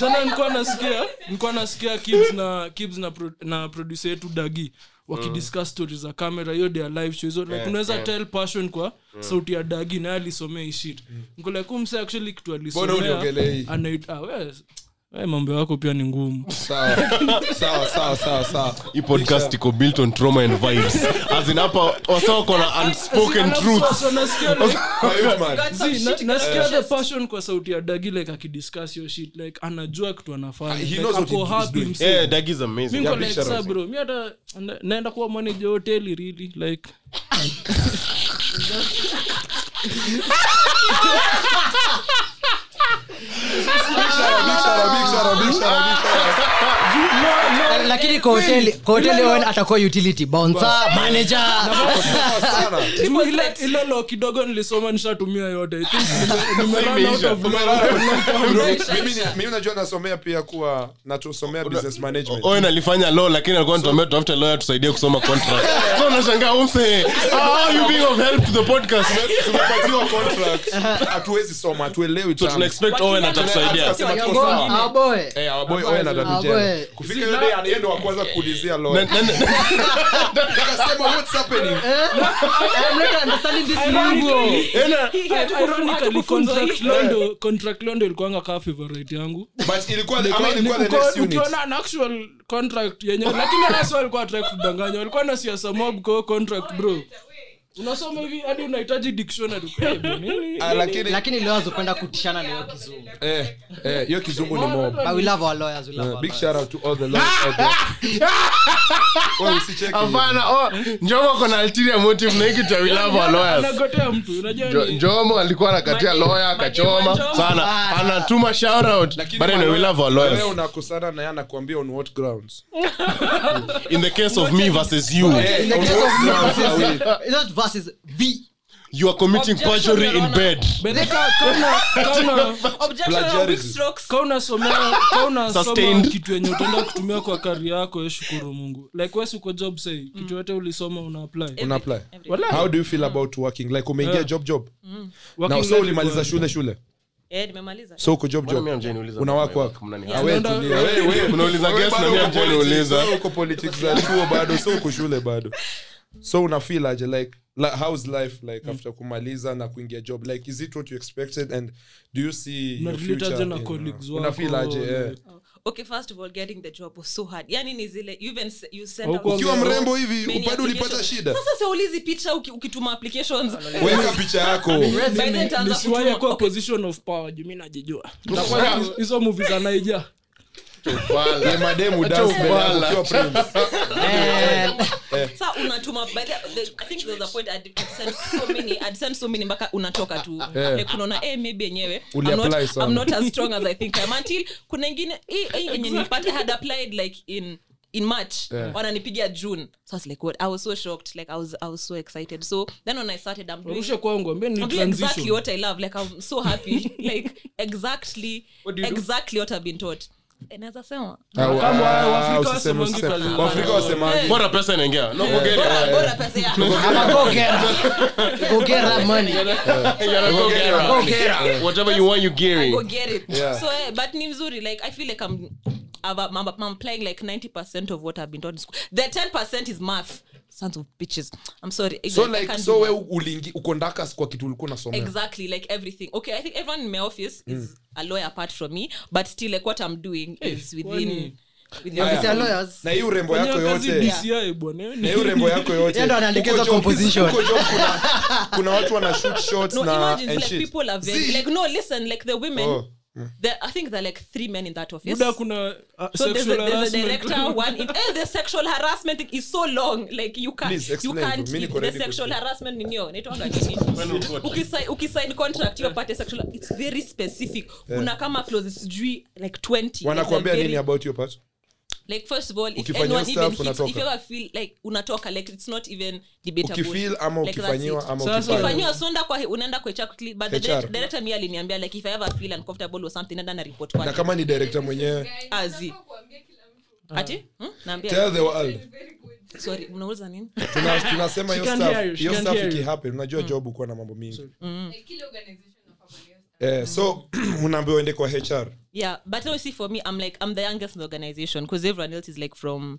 jana nilikuwa nasikia nilikuwa nasikia kibs na kibs na, pro, na producer yetu dagi wakidiscuss stories za camera hiyo their live show hizo like unaweza tell passion kwa Mm. sauti ya dagi naye alisomea hii shit niko like "Huyu msee actually kitu Mbona Mm. uliongelea hii?" alisomea anait- ah, wewe, Eh, mambo yako pia ni ngumu sawa sawa sawa sawa sawa hii podcast iko built on trauma and vibes as in hapa wasa wako na unspoken truths So, nasikia like- My youth man. See, na- nasikia the passion kwa sauti ya dagi like akidiscuss hiyo shit like anajua kitu anafanya He Like, knows what ako he's happy doing. msee. yeah dag is amazing Mi niko yeah, like, picture "Sir, of it." bro, mi hata na- naenda kuwa manager wa hoteli really like lakini kwa hoteli kwa hoteli Owen atakuwa utility bouncer manager Sana. Juu ile- ile law kidogo nilisoma nishatumia yote I think nime- nime run out of law. Bro, mimi ni- mimi najua nasomea pia kuwa natusomea business management owen alifanya law lakini alikuwa anatuambia tutafute lawyer tusaidie kusoma contract so unashangaa umse how are ah, you being of help to the podcast tumepatiwa contract hatuwezi soma hatuelewi so terms. tuna expect owen atatusaidia Tunasema tuko Go, sawa. our boy. Eh, our boy Owen atatujali. Our boy. Kufika yule day anaenda wa kwanza kuulizia lawyer. Na- na- na- Akasema, "What's happening?" I am not understanding this mambo. Eh, Ironically, contract law ndo- contract law ndo ilikuwanga kaa favorite yangu But ilikuwa- ama Niko- ilikuwa the niko- next unit. nikiona an actual contract yenyewe lakini hasa walikuwa try kudanganya walikuwa na siasa mob kwa hiyo contract bro unasoma hivi hadi unahitaji dictionary Eh, bro, nini? Ah, lakini- lakini leo azopenda kutishana na hiyo kizungu eh, eh, hiyo kizungu ni mob. Uh, But we love our lawyers, we love our Big lawyers. shout out to all the lawyers out there. Wewe usicheke. hapana oh, njomo kona ulterior motive na hiki cha we love our lawyers Yaani anagotea mtu unajua Jo- ni- njomo alikuwa anakatia Madem- lawyer akachoma Madem- sana anatuma shout out Lakini but anyway we love our lawyers wewe unakusana naye anakuambia on what grounds in the case of me versus you Eh, The on case what of grounds are we- versus- that versus V. you are committing Objection, perjury Your in Honor. bed Bene- ka- kauna- kauna- Objection on Plagiarism. weak strokes. kaunasomea kaunasoma Sustained. kitu yenye utaenda kutumia kwa kari yako ye shukuru mungu like wesi kwa job sai kitu yote ulisoma una apply Eh, una apply Wala- how do you feel about working like umeingia Yeah. job job working na life so iko- ulimaliza shule shule Eh, nimemaliza. so uko job job Una work work. Awe, Unaenda- tulia. Wewe, wewe, Unauliza wewe guess na bado mimi uko amjani politics, uliza. wewe uko politics za chuo bado so uko shule bado so una feel aje like like, how's life like after kumaliza na kuingia job like is it what you expected and do you see your Unarelate future aje na in- uh, colleagues una wako, feel aje eh. like- okay first of all getting the job was so hard yani ni zile you even s- you sent Au out kuwa so ukiwa mrembo many hivi bado ulipata applications. shida sasa siulizi picha uki- ukituma applications by weka picha yako then itaanza nisiwaye kutuma. kwa position of power jumi najijua Nafanya hizo- hizo muvi za naija Ye mademu dance mbele yako ufala. ukiwa prince. Eh, Sa unatuma by the- the- I think there was a point I'd- I'd send so many- I'd send so many mpaka unatoka tu Like, unaona eh, maybe yenyewe Ah, Uli I'm not- apply sana. I'm not as strong as I think I am. Until kuna ingine hii- hii yenye nilipata had applied like in in march wananipigia june so I was like what i was so shocked like i was i was so excited so then when i started i'm doing rushe kwangu ambie ni I'm doing exactly transition what I love. Like I'm so happy. like exactly exactly what I've been taught. Eh, naweza sema. Ah, wa- Kama ah, Waafrika usiseme, wasemangi usiseme. kazi. Waafrika Eh, wasemangi. bora pesa inaingia no forget it. Bora- bora pesa yako. Ama go get her. Go get her money. You gotta go get her. Go get her. whatever you want you Go gearing get it. Yeah. So eh, but ni mzuri like I feel like I'm I've, I'm, I'm applying like 90% of what I've been taught in school. The 10% is math. Sons of bitches. I'm sorry. so I like can't so do we math. ulingi uko ndakas kwa kitu ulikuwa unasomea exactly like everything. Okay, I think everyone in my office is Mm. a lawyer apart from me, but still like what I'm doing is within kwani- within Office ya lawyers. na hii urembo Fanya yako kazi yote DCI bwana, eh, na ni- hii urembo yako yote Yeye ndo anaandika hizo Huko job- composition. huko job kuna, kuna watu wana shoot shots no, na imagine and like shit. people are very See? like no listen like the women Oh. the- I think there are like three men in that office. muda kuna uh, so there's a, sexual there's a harassment. director, one. In, eh, the sexual harassment thing is so long. Like you can't, Please you explain, can't. mimi keep niko the ready sexual kusikia. harassment in your. Naitwanga nini? Ukisign ukisign contract, you apate sexual. It's very specific. Kuna kama clauses sijui like 20. Eh. wanakuambia Like, nini very- about your part Like first of all, if Ukifanyia anyone even staff, hits, if unatoka. you ever feel like unatoka, like it's not even debatable. ukifeel ama Like, that's ukifanyiwa it. ama Sasa- ukifanya. ukifanyiwa sonda kwa unaenda kwa HR quickly, but the HR. direct- director mi aliniambia like if i ever feel uncomfortable or something nenda na report na kwake kama ni director mwenyewe azi ati hmm? naambia tell the world sorry mnauliza nini Tuna- tunasema hiyo She can't hear you, stuff she hiyo can't stuff hear you. ikihappen unajua Mm. job ukuwa na mambo mingi eh so unaambiwa uende kwa HR yeah but no, you see for me i'm like i'm the youngest in the organization because everyone else is like from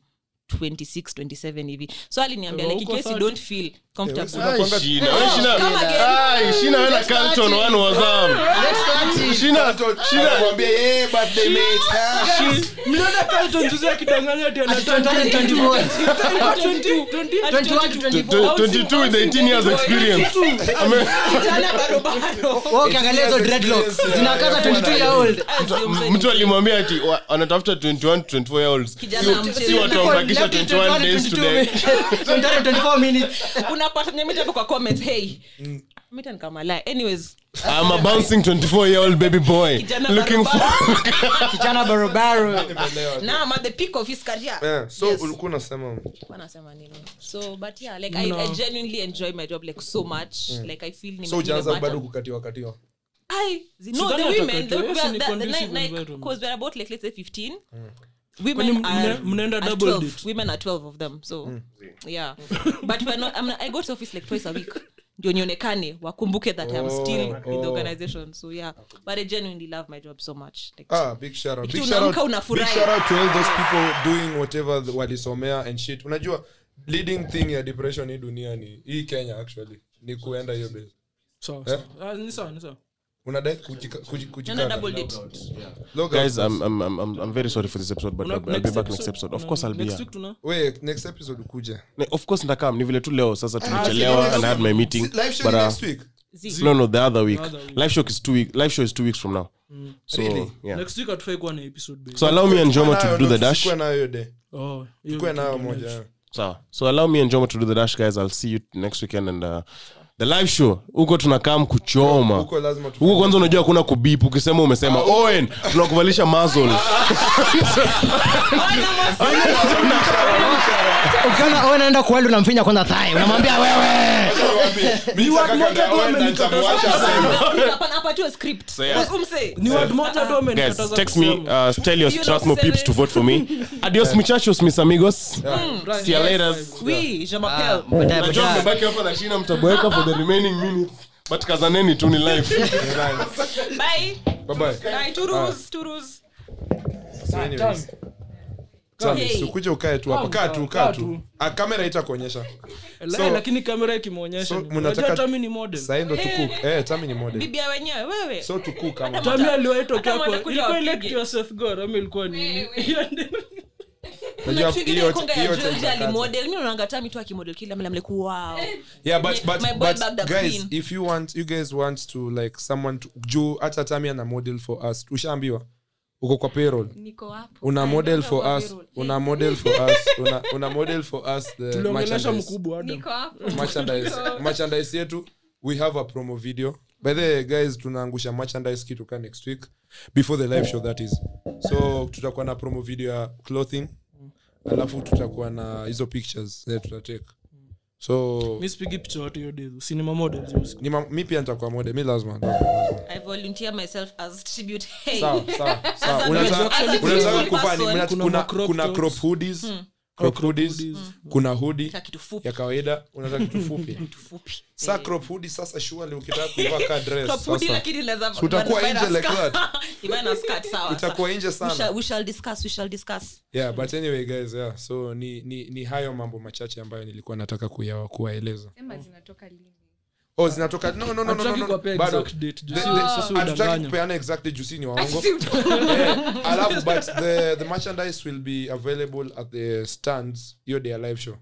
26 27 hivi so aliniambia like in Uko case you thirty. don't feel comfortable Unakuanga- Shina, we Shina- Come again. Ai, Shina, we na Carlton, one was up. Shina, Shina, Anakuambia, "Yeah, but they made her." mliona Carlton juzi akidanganya ati ana Ati 20. 21. Alikuwa 20, 20. 21 to 24. 22 with 18 years experience. Kijana barobaro. Wewe ukiangalia hizo It's dreadlocks experience, zinakaza yeah, 22 year old Sio mzee, mtu alimwambia ati wa- anatafuta 21 24 year olds Kijana Si- amcheze. si watu wambakisha 21 days today 24 minutes unapata nyamita hapo kwa comments hey mita nikamala anyways i'm a bouncing 24 year old baby boy Kijana looking for kijana barobaro Nimeelewa. now I'm at the peak of his career Yeah, Eh, so Yes. ulikuwa unasema Wanasema nini so but yeah like I, i genuinely enjoy my job like so much like i feel so ujaanza bado kukatiwa katiwa I, no, Sudani the women, atakati, the, wewe si ni the, the, the, conducive like, environment. because we're about like let's say 15. Hmm. Kwani Women mna- are, mnaenda are double 12. date? Women are 12 of them. So, Hmm. yeah. but we're not, I, mean, I go to office like twice a week. Ndio nionekane wakumbuke that I'm still in the oh. organization. So, yeah. But I genuinely love my job so much. Like, Ah, big shout out. Big Kitu shout out, unaamka unafurahi. big shout out to all those people doing whatever th- walisomea and shit. Unajua leading thing ya depression hii duniani hii Kenya actually ni kuenda hiyo base. Sawa, Eh? sawa. Ah, ni sawa, ni sawa. Unadai kujika- kuji- Naenda kujikata. double date. Look, guys I'm, I'm, I'm, I'm- i'm very sorry for this episode but Una- I'll, I'll be back next episode- episode of una- course i'll be next here week tuna- wait, next episode ukuje. Ah, Ne- of course ndakam ni vile tu leo sasa tulichelewa and i had my meeting Live show but ni uh, next week. Z. no no the other week other week. live show is two week live show is two weeks from now so Really? yeah next week hatufai kuwa na episode babe. so allow me and Jomo Nayo, to do no, the dash sikuwa nayo hiyo day. Oh, hiyo Sikuwa nayo kitu moja, next. yeah. sawa so allow me and Jomo to do the dash guys i'll see you next weekend and uh, the live show huko tunakam kuchoma Huko lazima huko tufanye. kwanza unajua hakuna kubip ukisema umesema owen tunakuvalisha mazol ukiona wewe unaenda kuwali unamfinya kwanza thai unamwambia wewe Mimi wa nataka moja tu naoenda, amenikataza. nitamwacha aseme. Hapana, apatiwe script. yeah. Usimsee. Ni word moja Ah. tu Eh. guys amenikataza text me kusema. uh, tell your You know, strathmore peeps to vote for me adios muchachos mis amigos Right. see you later Oui, je m'appelle. Baadaye, Najua baadaye. mmebaki hapa na shina mtabweka for the remaining minutes but kazaneni tu ni live Bye. Bye-bye. Bye. Turus, turus. So anyways. Sami, Hey. sikuje ukae tu hapa. Kaa tu, kaa tu. Ah, kamera itakuonyesha. La- so- lakini kamera so ikimwonyesha mnataka- unajua tami ni model Sasa ndo tucook. Eh, Tami ni model. Bibi ya wenyewe wewe. So tucook kama. tami aliwaitokea Hata kwa wanakuja ilikuwa wapige. ile kitu ya Seth God, ama ilikuwa nini Hiyo ndio- Unajua, hiyo- hiyo tuingirekongayajoji tutakata. alimodel mi unangata mitu akimodel kila mlamleku wow yeah but My- but my boy but bagged up guys clean. if you want you guys want to like someone to juu hata tami ana model for us ushaambiwa uko kwa payroll Niko hapo. una model Niko for kwa us payroll. una model for us una, una model for us the tuliongelesha merchandise, mkubwa Adam. Niko Mm. hapo. merchandise merchandise yetu we have a promo video by the way, guys tunaangusha merchandise kitu ka next week before the live show that is so tutakuwa na promo video ya clothing alafu tutakuwa na hizo pictures eh, tutatake so mi sipigi picha yote hiyo dedu sinima models yote. ni ma, mi pia nitakuwa mode mi lazima i volunteer myself as tribute hey Sawa, sawa, sawa. As a Unataka- visual- as a unataka visual kuvaa nini? person. Mna- Kuna kuna- macrop kuna tops. crop hoodies, crop hoodies, kuna hoodie Nataka Hmm. kitu fupi ya kawaida unataka kitu fupi kitu fupi sa crop hoodie sasa surely ukitaka kuvaa ka dress Top hoodie, sasa lakini inaweza- Si utakuwa Ivana nje like skirt. Ivana skirt, sawa, itakuwa nje sawa. We shall- sana we shall discuss, we shall discuss. yeah but anyway guys yeah so ni, ni, ni hayo mambo machache ambayo nilikuwa nataka kuya- kuwaeleza Sema zinatoka lini. oh zinatoka no, no, no, no, no, Hatutaki no, no. kuwapea bado exact Ah. date, juu The- si- the- sisi hatutaki udanganya. kupeana exactly juu si ni waongo Eh, alafu but the, the merchandise will be available at the stands hiyo day ya live show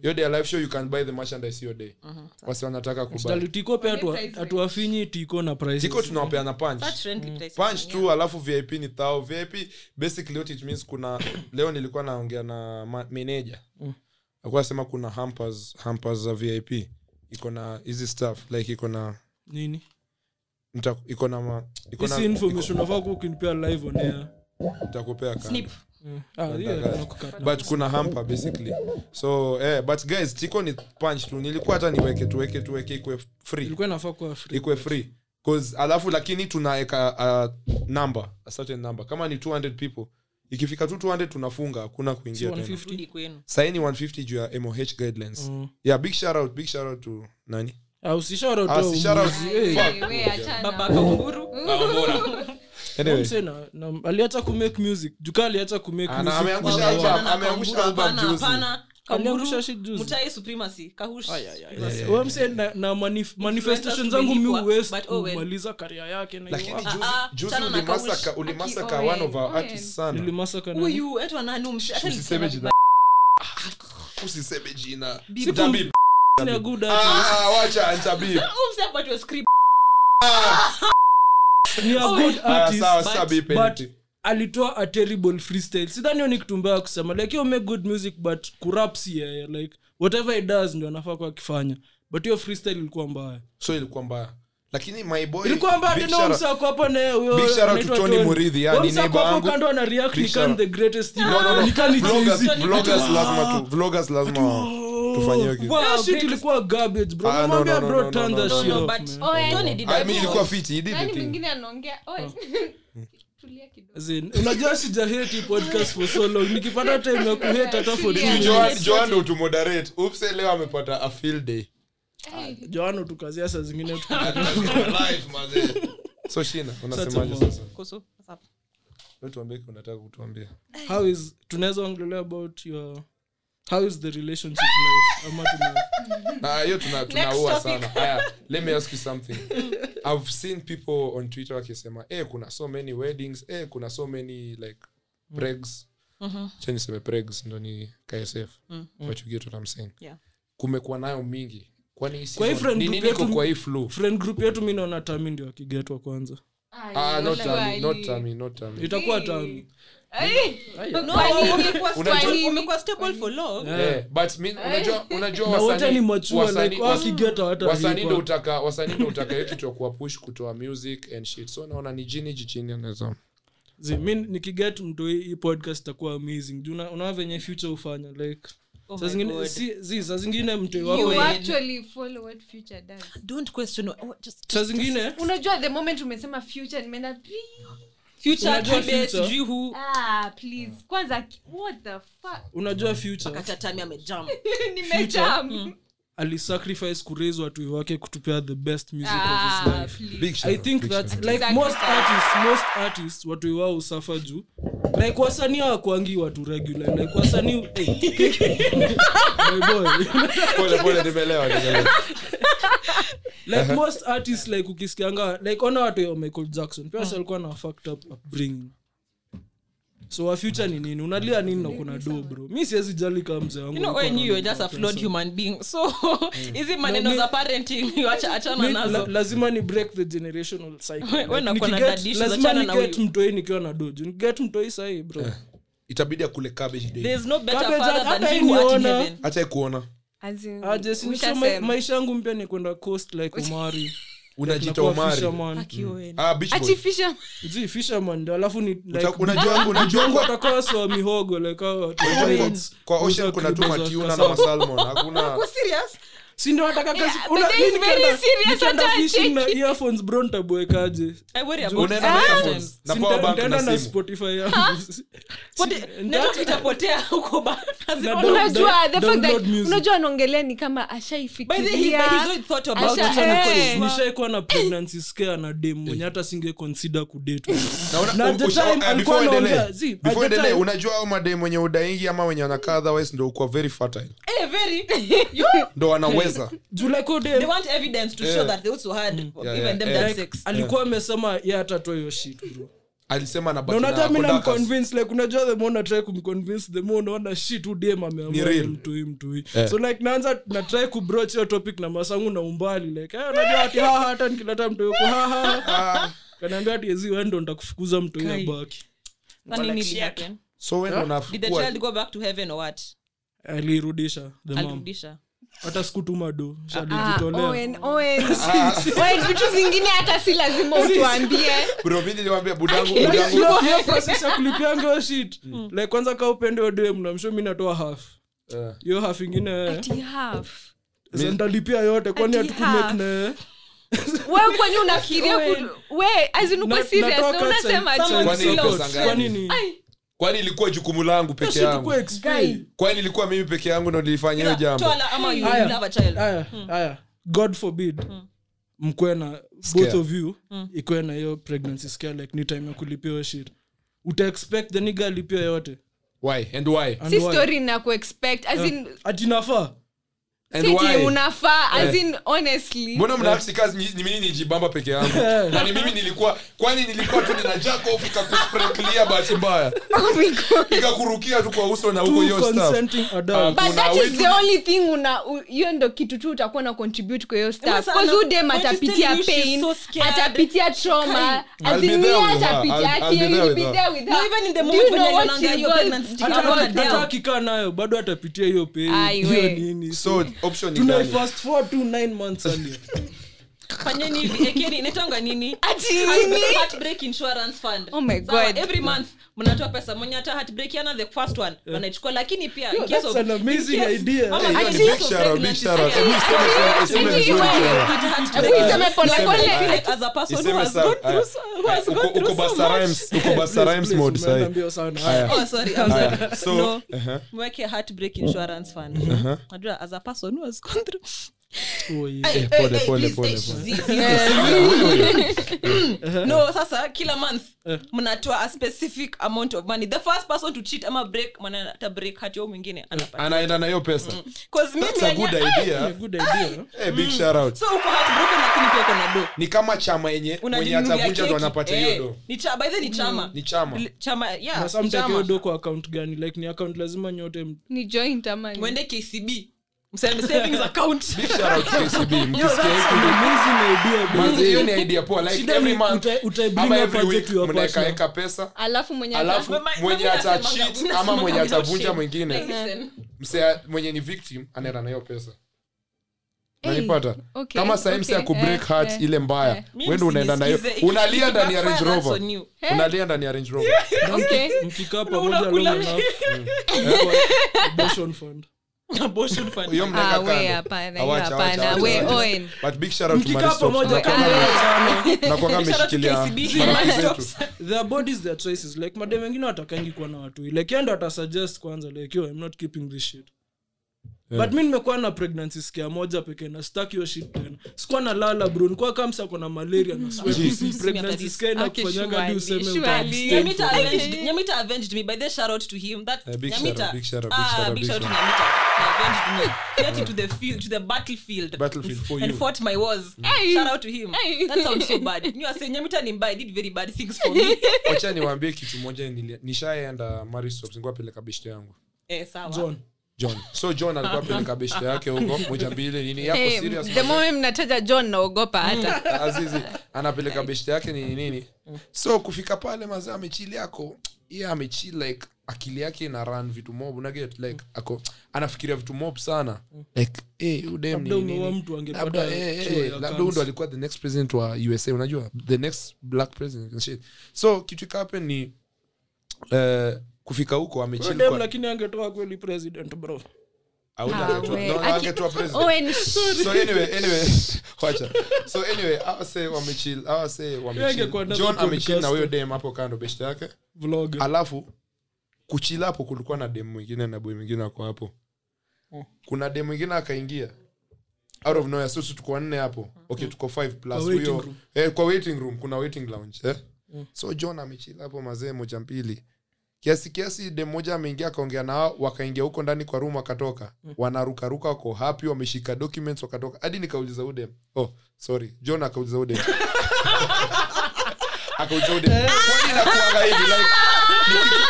hiyo day ya live show you can buy the merchandise hiyo day wasi wanataka kubuy Sitali tiko pia hatua- hatuwafinyi tiko na prices. tiko tunawapeana punch That's friendly price. Mm. punch tu alafu vip ni thao vip basically what it means kuna leo nilikuwa naongea na ma- manager akuwa sema kuna hampers hampers za vip iko na hizi stuff like iko na Nini? mta- iko na ma- iko na- Hii si information unafaa kuwa ukinipea live on air. nitakupea kando. Snip. Mm. Ah, hiyo Nataka- tunakukata. but kuna hamper basically so eh, but guys tiko ni punch tu nilikuwa hata niweke tuweke tuweke ikwe free Ilikuwa inafaa kuwa free. ikwe free cause alafu lakini tunaweka uh, number a certain number kama ni 200 people ikifika tu 200 tunafunga hakuna kuingia tena 150. Rudi kwenu. saini 150 juu ya moh guidelines Mm. yeah big shout out big shout out to nani Ah, usishout out Ah, si au shout out- mwizi. Eh, Fuck. Wewe achana. Baba kanguru. Anyway. Mse na- na- aliacha kumake music jukaa aliacha kumake Ana- music. ameangusha Kuna- Wameachana album. Wameachana na ameangusha Kamburu, album hapana, juzi. hapana. Aliangusha Kamburu, shit juzi. Mutai Supremacy, Kahushi. Eh, Wewe mse na, na manif- manifestation zangu mi zimelipwa, uwezi but oh well. kumaliza karia yake na lakini hiyo- juzi- Ah, ah, juzi chana na ulimasaka- Kaush. ulimasaka Aki one of our Owen. artists sana. Nilimasaka na- Huyu, eti wa nani, umsh- hata Usiseme nilisema jina. usiseme jina Siku- Tabib. Ni a good Ah, artist. ah, wacha Ah. Tabib. vibaya. Umse hapa tu wa script. Ni Oh, a good Ah, artist. sawa, sawa, Bip, but anything. alitoa a terrible freestyle sidhani hiyo ni kitu mbaya kusema like you make good music but kurap si yeye like whatever he does ndio anafaa kuwa akifanya but hiyo freestyle ilikuwa mbaya so ilikuwa mbaya lakini my boy ilikuwa mbaya big tena shout out- msako hapa na huyo Big shout out to anaitwa Tony Muridhi, yeah, Huyo ni msako neighbor hapo yangu. kando ana react Big ni shout kama out. the greatest thing. No, no, no. Ni kama ni Vloggers- Jay-Z. Ah. vloggers lazima tu- vloggers lazima tufanyie kitu. Wow, Greatest- shit ilikuwa garbage bro Ah, no, Namwambia no, no, bro no, turn no, that no, shit No, no, off, but oh, man. Owen. Tony did Ah, that mi well. ilikuwa fit, he did the nani thing. Yaani Oh. mwingine anaongea Owen. tulia kidogo As in, unajua sijaheti podcast for so long nikipata time ya kuhate hata for two Ni Ni minutes. Joan- Joan ndo utumoderate. Upse leo amepata a field day joano tukazia saa zingine tuka- Life, mazee. so shina unasemaje Sasa. sasa Kusu, what's up? Wewe tuambie kile unataka kutuambia how is tunaweza ongelea about your how is the relationship life ama tuna Ah, hiyo tuna- tunaua sana Haya, let me ask you something i've seen people on twitter wakisema eh kuna so many weddings eh kuna so many like Mm. pregs Acha niseme pregs ndo ni ksf Mm. but you get what i'm saying Yeah. kumekuwa nayo mingi kwani Kwa hii friend nini group niko yetu- kwa hii flu friend group yetu mi naona tami ndio akigetwa kwanza ah not Tami, not Tami, not Tami. itakuwa tami No, umekuwa stable- umekuwa stable for long. Eh, but mi- unajua unajua na wote wasanii- ni machua wasanii- like wakigeta wasanii ndo utaka wasanii ndo utaka hiyo kitu ya kuwa push kutoa music and shit so naona ni jini jichini anaweza mi nikiget mtu hii hii podcast itakuwa amazing juu una- unaona venye future hufanya like Oh saa my zingine God. si- zi saa zingine mtu You wako are- Don't question what- just- saa zingine unajua the moment umesema future nimeenda "Please, Future, Unajua Kibe, future. sijui who. ah, please kwanza ki- what the fuck unajua future Kata Tami amejump. nimejam alisacrifice kuraise watu wake kutupea the best music of his ah, life please. big i shout out, think big that shout out. like most artists most artists watu wao usafa juu like wasanii hawakwangi watu regular like wasanii hey. my boy Pole, pole, nimeelewa, nimeelewa. Uh-huh. like most artists like ukisikianga like ona watu ya michael jackson Mm. pia alikuwa na fucked up upbringing so wa future ni nini unalia nini na kuna do bro mi siwezi jali kama mzee wangu You know, alikuwa when you are just a ananipea flawed pesa. human being. So, hizi maneno No, mi- za parenting, wacha- achana Mi- la, nazo. lazima ni break the generational cycle. We- we unakuwa na Nikiget- dad issues, lazima achana na niget huyu. mtoi nikiwa na dojo nikiget mtoi sahii bro Eh. itabidi akule cabbage day There's no better Cabbage father hata than you at in iniona. heaven. acha kuona As in, Ah, Jesse, nisho ushasema. ma- maisha yangu mpya ni kwenda coast like omari unajita Nakuwa omari fisherman. ah beach Ati boy fisher- Zi, fisherman ndio, alafu ni like Uta- unajua wangu unajua mjongo wangu atakuwa swa mihogo like oh, hao watu wa unajua wangu- Queens, kwa uza ocean kuna tu kribo za matiuna na kasaba. masalmon hakuna si ndio ataka kazi Yeah, una- but mi it's very nikienda- serious, nikienda hata fishing na acheki. earphones bro nitaboekaje I worry about unaenda that na sometimes. earphones na Si power nita- bank nitaenda na na simu spotify yangu Si- Pote- si- network itapotea huko ba- lazima Na una- download- unajua the fact that download music. unajua anaongelea ni kama By the way, he- he's ashaifikiria already thought about Asha- it. eh. Hey. nishaikuwa na pregnancy scare na dem mwenye hata singe consider kudate Na una- Na at the usha- time ah, alikuwa before anaongea, endelee, zi, at before the endelee, time- unajua au madem wenye udaingi ama wenye wanakaa otherwise ndo ukuwa very fertile Eh, very. ndo wanaweza Juu like huyo They dem want evidence to show that they also had yeah, given them yeah. that like, sex. alikuwa amesema ye atatoa hiyo shit bro alisema na na baki na unajua mi Kodakers. namconvince like unajua the more natrai kumconvince the more unaona shit udem Ni real. Eh. mtui mtui so like naanza natrai kubroach hiyo topic na masangu na umbali like eh, unajua ati haha hata nikileta mtoi huko Ah. haha kanaambia ati ezi wendo ntakufukuza mtoi Kai. abaki Nani nini happen? so wewe ndo Did the unafukua- child go back to heaven or what? alirudisha the mom Alirudisha. hata sikutuma do Ah, shadijitolea Owen, Owen. Owen, vitu zingine hata si lazima utuambie Bro, mimi niliwaambia budangu budangu Unajua Yaani hiyo process ya kulipianga hiyo shit Mm. Mm. like kwanza ka upende odem namsho mi natoa half Eh. hiyo half ingine wewe. Ati half. Sasa nitalipia yote kwani Ati half. hatukumake naye we kwani unafikiria Owen. ku- we azinuko serious na unasema ati- Kwani hiyo pesa ngapi? kwani ilikuwa jukumu langu Ah, peke yangu kwani ilikuwa mimi peke yangu ndo nilifanya hiyo Either jambo Hmm. toa la- ama you Aya. will have a child. god forbid mkwe na Scare. Hmm. both of you ikwe na hiyo pregnancy scare like ni time ya kulipiwa shit utaexpect the niga alipia yote why and why And si why? Ah, story na kuexpect as in ati nafaa and si why ati unafaa as in honestly mbona mnaakti kazi ni- ni mimi nijibamba peke yangu kwani mimi nilikuwa kwani nilikuwa tu nina jack off ikakusprinklia bahati mbaya Oh my God. ikakurukia tu kwa uso na huko two hiyo stuff consenting adults Ah, But Kuna that is wetu- the only thing una u- hiyo ndo kitu tu utakuwa na contribute kwa hiyo Emma stuff sana, because udem but she's atapitia telling you she's pain so scared. atapitia trauma I'll as be in there yeye with her. atapitia I'll- I'll be ati there you'll with be her. there with No, her even in the Do moment you when know you're what younger, she you're got? pregnant, Do you hata- know what hata- she got? hata- atakikaa nayo bado atapitia hiyo pain, Aiwe. hiyo nini so option ni tunai gani fast forward to nine months earlier. fanyeni hivi ekeni inaitwanga nini Ati Heart- nini? Heartbreak Insurance Fund. Oh my Sawa, God. every month mnatoa pesa mwenye hata heartbreak yana the first one wanaichukua lakini pia Yo, in case that's of- an in amazing case- idea. ama Hey, in hiyo ni case big of shout out, big pregnancy, shout out. yeah, Hebu iseme- iseme Ati vizuri wewe. tena. but heartbreak- Hebu iseme pole Like, pole. like, as a person who Iseme has sa- gone through aya. so- who has Uko- gone uko through so Busta much. Rhymes- uko Busta Please, Rhymes please, mode sahi. umeambia sana. Oh, sorry, I'm sorry. So, No. uh-huh. Mweke Heartbreak Insurance Fund. Najua, as a person who has gone through- Oh, yeah. Ay, pole, ay, ay, pole, please, pole, pole. ay, zi- zi- no sasa kila month Eh. mnatoa a specific amount of money the first person to cheat ama break mwana ata break hati yo mwingine anapata anaenda na hiyo pesa 'Cause mimi Eh. That's a good yenye- idea. Good idea. Eh, big shout out. so uko heartbroken lakini pia uko na do ni kama chama yenye mwenye Unajinunulia atavunja ndo keki. anapata hiyo Eh, do Mm, ni cha- by the way ni chama ni chama L- chama yeah, Na sometimes chama. hiyo do kwa account gani like ni account lazima nyote m- ni joint amani mwende kcb Mseme savings account Big shout out KCB. Mkisikia hiki An amazing idea, bro. manzi, hiyo ni idea poa like Shida every ni month uta- utai bring ama up every budget week to your partner. mnawekaeka pesa alafu mwenye ata- alafu Mama- mama mwenye nasemanga, atachit unasemanga ama mwenye without atavunja shame. mwingine Listen. msea mwenye ni victim anaenda na hiyo pesa Hey, nanipata okay, kama sahii msea okay, kubreak eh, heart eh, ile mbaya Mimi wende unaenda nayo msinisikize. Iki- unalia ndani ya ikibackfire, range that's rover on you. Eh. unalia ndani ya range rover okay. mkikaa Unakula pamoja long nini? enough, Eh? mko- abortion fund. Abortion fund. hiyo Ah, mnaweka we kando hapana, Awacha, hiyo awacha, hapana. awacha, We awacha. Owen. but big shout out to Mkikaa Mali Stops, pamoja nakuwa kama Ah, ndio sana. nakuwa Shout out to ameshikilia KCB, marafiki Mali zetu. Stops. their bodies their choices like made wengine watakangi kuwa na watu like yeye ndo atasuggest kwanza like yo i'm not keeping this shit but mi nimekuwa na pregnancy scare moja pekee na sitaki hiyo shit tena sikuwa na lala bro nikuwa kamsa kona malaria na sweat. pregnancy scare na Okay, kufanyaga surely, hadi useme surely. Yaani uta-abstain Nyamita avenged, Nyamita avenged me. By the way, shout out to him. That Uh, big Nyamita, shout out, big shout out, big ah, shout out, big big shout out to shout Nyamita. He avenged me. He went into the field, to the battlefield, Battlefield for and you. Mm. fought my wars. Hey. Shout out to him. Hey. That sounds so bad. You are saying Nyamita Nimba did very bad things for me. wacha niwaambie kitu moja nili- nishaenda marisopsingwapeleka beshte yangu eh, sawa. john john so john alikuwa apeleka beshte yake huko moja mbili nini yako Hey, serious the moment mnataja john naogopa Mm. hata azizi anapeleka beshte yake nini nini so kufika pale mazee amechili yako ye amechil like akili yake ina run vitu mob unaget like ako anafikiria vitu mob sana like eh, hey, udem Mm. Labda nini, umeua nini. mtu angepata labda eh, cure ya eh, labda cancer. ndo alikuwa the next president wa usa unajua the next black president and shit so kitu ikahappen ni eh, kufika huko amechill Dem, kwa- lakini angetoa kweli president bro Hauta- Ah, angetoa- we. no, Aki- angetoa president Owen, shh. so anyway anyway wacha so anyway hawa say wamechill hawa say wamechill angekuwa another john amechill na huyo podcaster. dem hapo kando beshte yake vlog alafu kuchila hapo kulikuwa na dem mwingine na boy mwingine ako hapo kuna dem mwingine akaingia out of nowhere sisi tuko wanne hapo okay tuko five plus waiting huyo room. Mm. eh, kwa waiting room kuna waiting lounge eh? so john amechila hapo mazee moja mbili kiasi kiasi dem moja ameingia akaongea nao wakaingia huko ndani kwa room wakatoka Mm. wanarukaruka wako happy wameshika documents wakatoka hadi nikauliza udem oh sorry john akauliza udem akauliza udem kwani nakuanga hivi like ni kitu-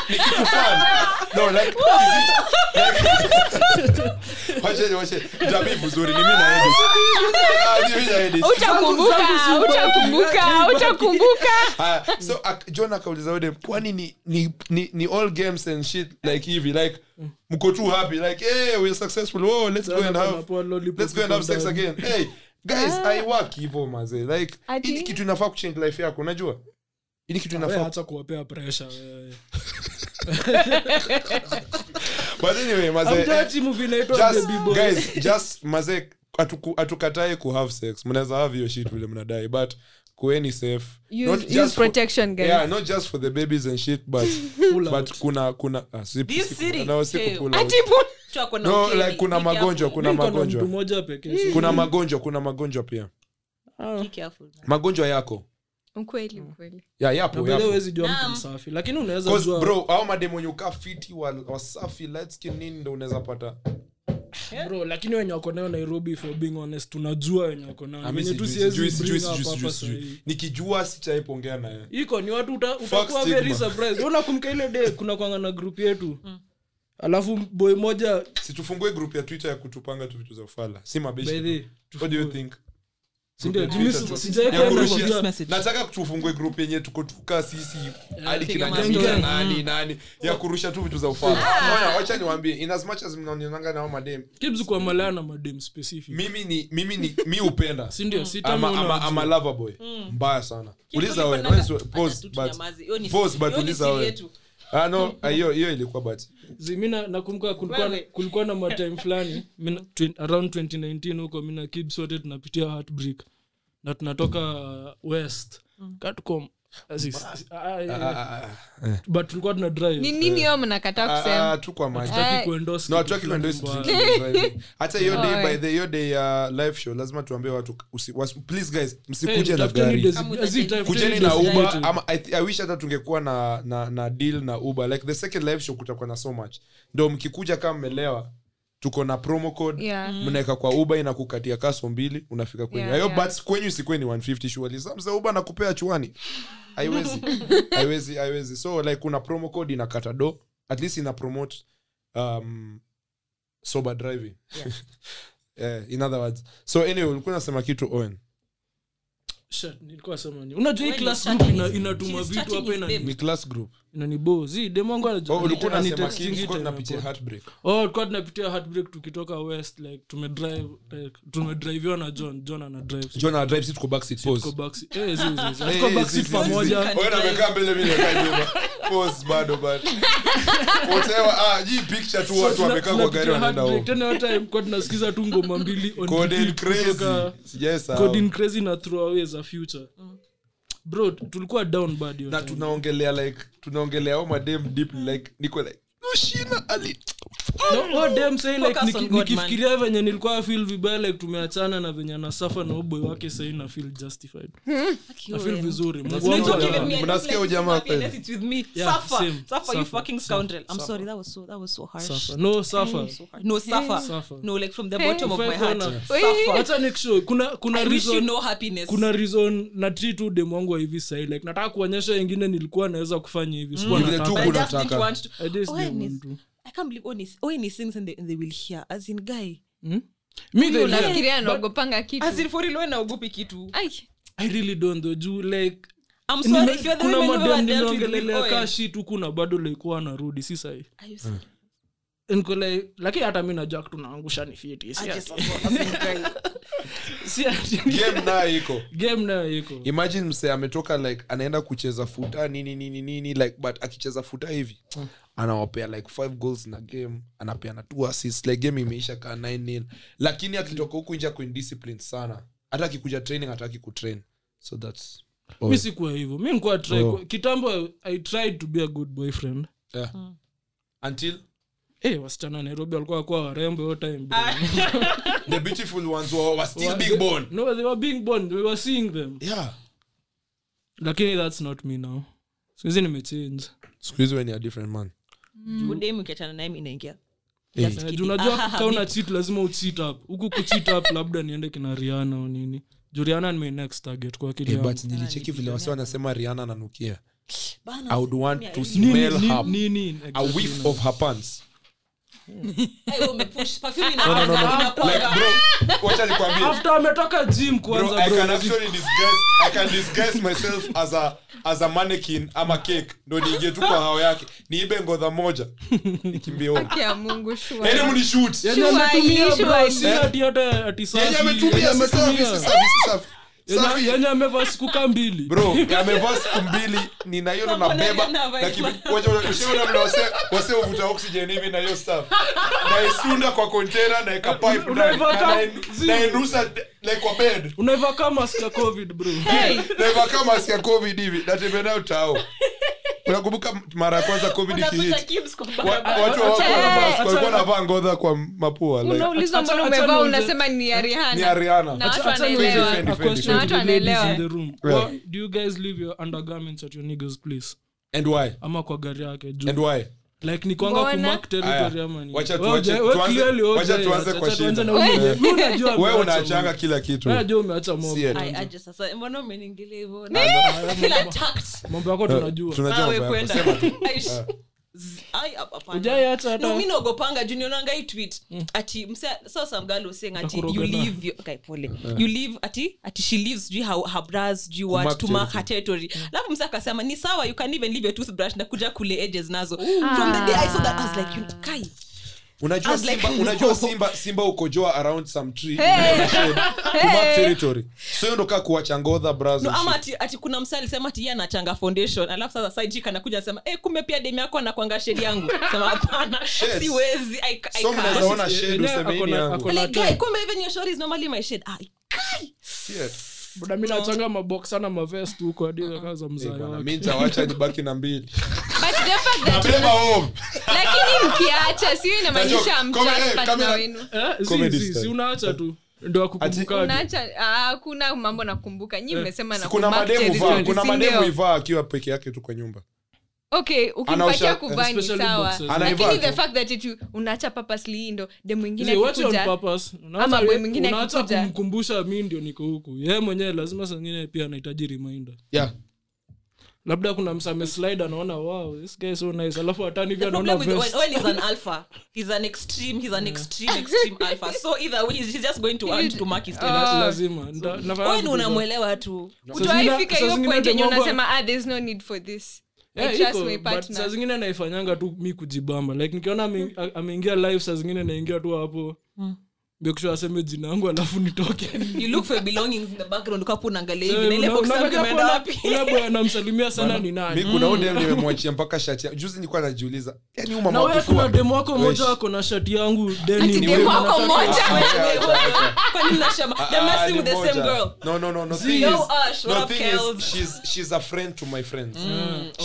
ni kitu fun no like is it- Wacheni, wacheni. jamii mzuri ni mimi na Edith. Ah, ni mimi na Edith. utakumbuka utakumbuka utakumbuka Ah, so ak- john akauliza ode kwani ni, ni, ni, ni all games and shit like hivi like mko tu happy like hey, we're successful oh, let's go and have let's go and have sex again hey guys Ah. haiwak hivo maze like Ati? hili kitu inafaa kuchange life yako unajua hili kitu inafaa hata kuwapea pressure wewe. but anyway maze eh, Hamjaji movie inaitwa just Baby Boy. guys just maze atuku- hatukatae ku have sex mnaweza have hiyo shit vile mnadai but kueni safe Not use, use just for- protection guys yeah not just for the babies and shit but Pull out. but kuna kuna ah, si- This si- city, no, si hey. kukula. ati bu- Chua kuna no ukeni. like kuna Be magonjwa careful. kuna Mimi niko na mtu magonjwa moja pekee kuna magonjwa kuna magonjwa pia Be careful. magonjwa yako ukweli ukweli ya yapo By the way, yapo huwezi jua mtu msafi lakini unaweza 'Cause, jua bro au mademu wenye ukaa fiti wa- wasafi light skin nini ndo unaweza pata bro lakini wenye wako nayo nairobi if you're being honest tunajua wenye wako nayo Ah, mi wenye tu sijui, siwezi sijui, bring sijui, up sijui, hapa sijui, sahii. sijui. nikijua sitaipongea naye iko ni watu uta- Fuck utakuwa very stigma. surprised Wewe unakumbuka ile day kuna kwanga na group yetu alafu boy moja situfungue group ya twitter ya kutupanga tu vitu za ufala si mabishi by the way, tu. What do you think? sindio Group ya Jimmy, Twitter. sijawahi Ya kwenda kurushia. kujua- message. nataka tufungue group yenye tuko tuka sisi hadi Eh, piga kina mazoezi. Jamila, Mm. nani nani ya kurusha tu vitu za ufala Ona, wacha niwaambie in as much as mnaonananga nao madem Kibz kwa malaya na madem specific mimi ni mimi ni mi upenda sindio si Mm. ama tamu una- ama ama lover boy mbaya sana Mm. Kitu uliza wewe ulipanaga- no, it's- Acha pause tu but tunyamaze. Hiyo ni- pause but hiyo ni uliza siri wewe. yetu. ah no ah, hiyo hiyo ilikuwa but Zi, mi na- nakumbuka kulikuwa na- kulikuwa na matime fulani mi na- twen- around 2019 huko mi na kibs wote tunapitia heartbreak na tunatoka uh, west Mm. Catcom. Asi- ah, eh, but tulikuwa tuna ni drive nini yo mnakataa Ah, kusema ah, tu kwa maji Eh. Ah, Kuendorse no kitu hatutaki fulani kuenda mbaya. hata hiyo day Alright. by the hiyo day ya live show lazima tuambie watu usi, was, please guys Hey, msikuje na tafuteni gari desi- asi, tafuteni kujeni na desi- uber ama I, th- i wish hata tungekuwa na, na na deal na uber like the second live show kutakuwa na so much ndo mkikuja kama mmelewa tuko na promo code Yeah. Mm. mnaweka kwa uba inakukatia kaso mbili unafika kwenyu Yeah, ayo yeah. but kwenyu si kwenyu 150 shuali samsa uba nakupea chuani haiwezi haiwezi haiwezi so like kuna promo code inakata do at least ina promote um, sober driving yeah. in other words so anyway ulikuwa nasema kitu owen Shit, nilikuwa nasema ni- unajua hii Wewe ni class chatting group his- ina- inatuma she's vitu chatting hapa his ina- babe. ni class group inanibo zi demongo oh, ulikuwa nasema kitu kwa tunapitia heartbreak oh tulikuwa tunapitia heartbreak tukitoka west like tumedrive like, tumedrivewa na john john ana drive john ana drive sit kwa backseat Tuko pose backseat- eh, zi, zi, zi. Hey, Tuko hey, backseat zi, zi, pamoja zi. Wewe unamekaa mbele mimi nakaa nyuma pose bado bado whatever ah hii picture tu watu wamekaa kwa gari wanaenda home wanaendatena tunasikiza tu ngoma mbili on Code in repeat kutoka crazy sijasahau. Code in crazy na throwaway za future bro tulikuwa down bad hiyo na time. tunaongelea like tunaongelea au madem deep like niko like no shina ali No, oh, damn, say, like, Focus niki- on God, nikifikiria venye nilikuwa feel vibaya like tumeachana na venye anasafa na uboy wake sahii na feel justified Hmm. na feel vizuri Mungu wangu Don't Mnasikia even anaona. me, I don't Mnasikia like ujamaa this happiness, kweli? it's with me. Yeah, Suffer, same. suffer, you Suffer, fucking suffer, scoundrel. I'm suffer. sorry, that was so- that was so harsh. Suffer. no safa No, suffer. Suffer. No, like from the bottom of Hey. my heart. Hey. Suffer. hata make sure kuna kuna I wish you reason no happiness. kuna reason na tritu demu wangu wa hivi sahii like nataka kuonyesha wengine nilikuwa naweza kufanya hivi sikuwa Ni vile nataka. Mm. tu But I just didn't Unataka. want to- I just Owen didn't is- want to. I can't believe Owen is- Owen is sings and they- and they will hear. As in, guy. Mi the- unafikiria But anaogopanga kitu As in, for real, Owen haogopi kitu. Ai, I really don't though, juu like I'm nime- sorry, if you're the kuna woman who madem ever dealt with nimeongelelea Owen. kaa shit huku na bado likuwa anarudi si sahi Are you serious? Niko like, lakini hata mi najua tunaangusha ni fiti si Yes, ati- of course, as in, guy. si ati- game nayo iko game nayo iko imagine mse ametoka like anaenda kucheza futa nini nini nini like but akicheza futa hivi Mm. anawapea like five goals na game anapeana two assists like game imeisha kaa 9-0 lakini akitoka huku nje ako indiscipline sana hata akikuja training hataki kutrain so that's mi sikuwa hivyo mi nikuwa try Oh. kitambo I- i tried to be a good boyfriend yeah. Mm. until Eh, wasichana nairobi walikuwa kuwa warembo hiyo time bro. the beautiful ones were, were still Wa- Ah, big born no they were being born we were seeing them yeah lakini that's not me now sizi nimechange siku hizi when you're a different man Udemu ukiachana naye mi naingia. Hey. Just Eh, kidding. juu unajua Ah, ka una cheat lazima ucheat up huku kucheat up labda niende kina riana au nini juu riana ni my next target kwa akili yeah, yangu Eh, but nilicheki vile wasi wanasema riana ananukia Bana, i would want to Nini- smell nini- her nini a exactly whiff na- of her pants hey, umepush. Perfume no, no, no, inaanza- no. inapoa. like bro wacha nikwambie after ametoka gym Bro, kwanza I bro, can actually disguise, I can disguise myself as a, as a mannequin ama cake ndo niingie tu kwa hao yake niibe ngodha moja nikimbie Yaani home. haki ya mungu sure. Ende mnishoot. Yenye Sure, ametumia sure. bro, si Eh? ati hata ati safi, Yenye ametumia, yenye si safi, yaani ametumia. Yaani si safi, si safi. Yenye- Safi. yenye amevaa siku kaa mbili bro amevaa siku mbili nina hiyo Mambo na na- na- beba na- na kibi- wacha- wacha- ushaona vile wase- wase huvuta oxygen hivi na hiyo stuff naisunda kwa container naeka pipe ndani Unaivaa na kama- nai- nainusa like kwa bed unaivaa kama mask ya covid bro naiva kama mask ya covid hivi natembea nayo tao unakumbuka mara ya kwanza covid unakuta ikihit kibs kwa wa- barabara. watu hawakuwa na Eh, mask, walikuwa acha- wanavaa ngodha kwa mapua like, unaulizwa mbona Acha- acha umevaa niulize- unasema ni ya ni Rihanna. ariana Na watu Acha- acha wanaelewa. niulize Defend, a defend, question defend. to Na watu the ladies wanaelewa. in the room. Yeah. Wha- do you guys leave your undergarments at your nigger's place and why ama kwa gari yake juu and why like ni kwanga Mbona? kumark territory Aya, ama ni- wacha tu- Wewe wacha- uje- wewe tuanze- clearly wewe wacha uje- tuanze acha kwa tuanze shida. na wewe. Wewe unajua we umeacha unaachanga mob. kila kitu Wewe unajua umeacha mob. Si eti. Ai, aje sasa mbona umeniingilia hivyo Na- feel attacked. mambo yako Eh, tunajua tunajua Sawa, mambo yako, Ah, kwenda. sema tu. Ai, sh- z- ai, hap- hapana. Hujaiacha hata- Mm. No, mi naogopanga juu nionanga hii tweet ati msa- so some girl was saying ati you Atakurogana. leave your- okay, pole. Eh. You leave ati ati she leaves sijui her- her bras sijui what, Kumark to mark territory. her territory Mm. alafu msa akasema ni sawa you can even leave your toothbrush na kuja kule edges nazo from the day i saw that i was Ah. like you kai I unajua was like, simba no. unajua simba simba ukojoa around some tree Hey. in the shade, to mark territory so hiyo ndo kaa kuacha ngodha bras no, and ama shit. ati, ati kuna msa alisema ati ye anachanga foundation alafu sasa saijik anakuja anasema eh, kumbe pia demu yako anakwanga shedi yangu sema hapana Shades. siwezi I ca- I So can't." mnaweza ona shade Yenyewe useme ako hii ni na- yangu. ako na Like, time. guy, kumbe even your short is normally my shade. Ah, Shit. Buda, mi nachanga mabox sana mavest huko hadi kaka za mzaa Bwana, wake. Eh, mi nitawacha nibaki na mbili But the fact that- Beba home. lakini mkiacha sio inamaanisha Come on, hey, come mtapatna on. wenu Eh, si- Comedy si- si, style. unaacha tu ndo akukumbukaje unaacha ah, kuna mambo nakumbuka nyi mmesema na Eh, kuna kumark mademu vaa territory, kuna si mademu ndio? ivaa akiwa peke yake tu kwa nyumba okay Anaosha- ukimpatia kuvaa ni Especially sawa boxers. Anaivaa lakini tu. the fact that it- unaacha papasli hii ndo de mwingine Zi, wacha on akikuja purpose. Ama boy mwingine Unaacha- unaacha akikuja. kumkumbusha mi ndio niko huku ye mwenyewe lazima sangine pia anahitaji reminder yeah labda kuna msame slide anaona wow this guy is so nice alafu hatani The hivyo anaona problem with Owen, vest Owen is an alpha. He's an extreme. He's an extreme, extreme alpha. So either way, he's just going to want to mark his territory. La- lazima Nda- nafanya Owen vitu za- Ah. unamwelewa tu. Saa zingine- utawahifika hiyo saa zingine point yenye demu wangu- unasema ah, there's no need for this I Yeah, trust Eh, iko, my but partner. saa zingine naifanyanga tu mi kujibamba like nikiona ame- Hmm. a- ameingia live saa zingine naingia tu hapo make sure aseme jina yangu alafu nitoke Eh, You look for belongings in the background. Ukapo Eh, unaangalia hivi. Na ile box yangu imeenda wapi? ulaboy anamsalimia sana ni mi Ah, nani kuna huyu mm. dem nimemwachia mpaka shati ya- juzi nilikuwa najiuliza yani huyu mama na wewe wa kifua. kuna demu wako Wesh. moja ako na shati yangu denim. Ati demu wako moja Ah, acha, acha, acha. Kwani mnasema, Ah, "They're messing ni with the moja. same girl." No, no, no, no, thing Yo, is- Ash, Mm, what no, up, thing Kels? is, she's- she's a friend to my friends.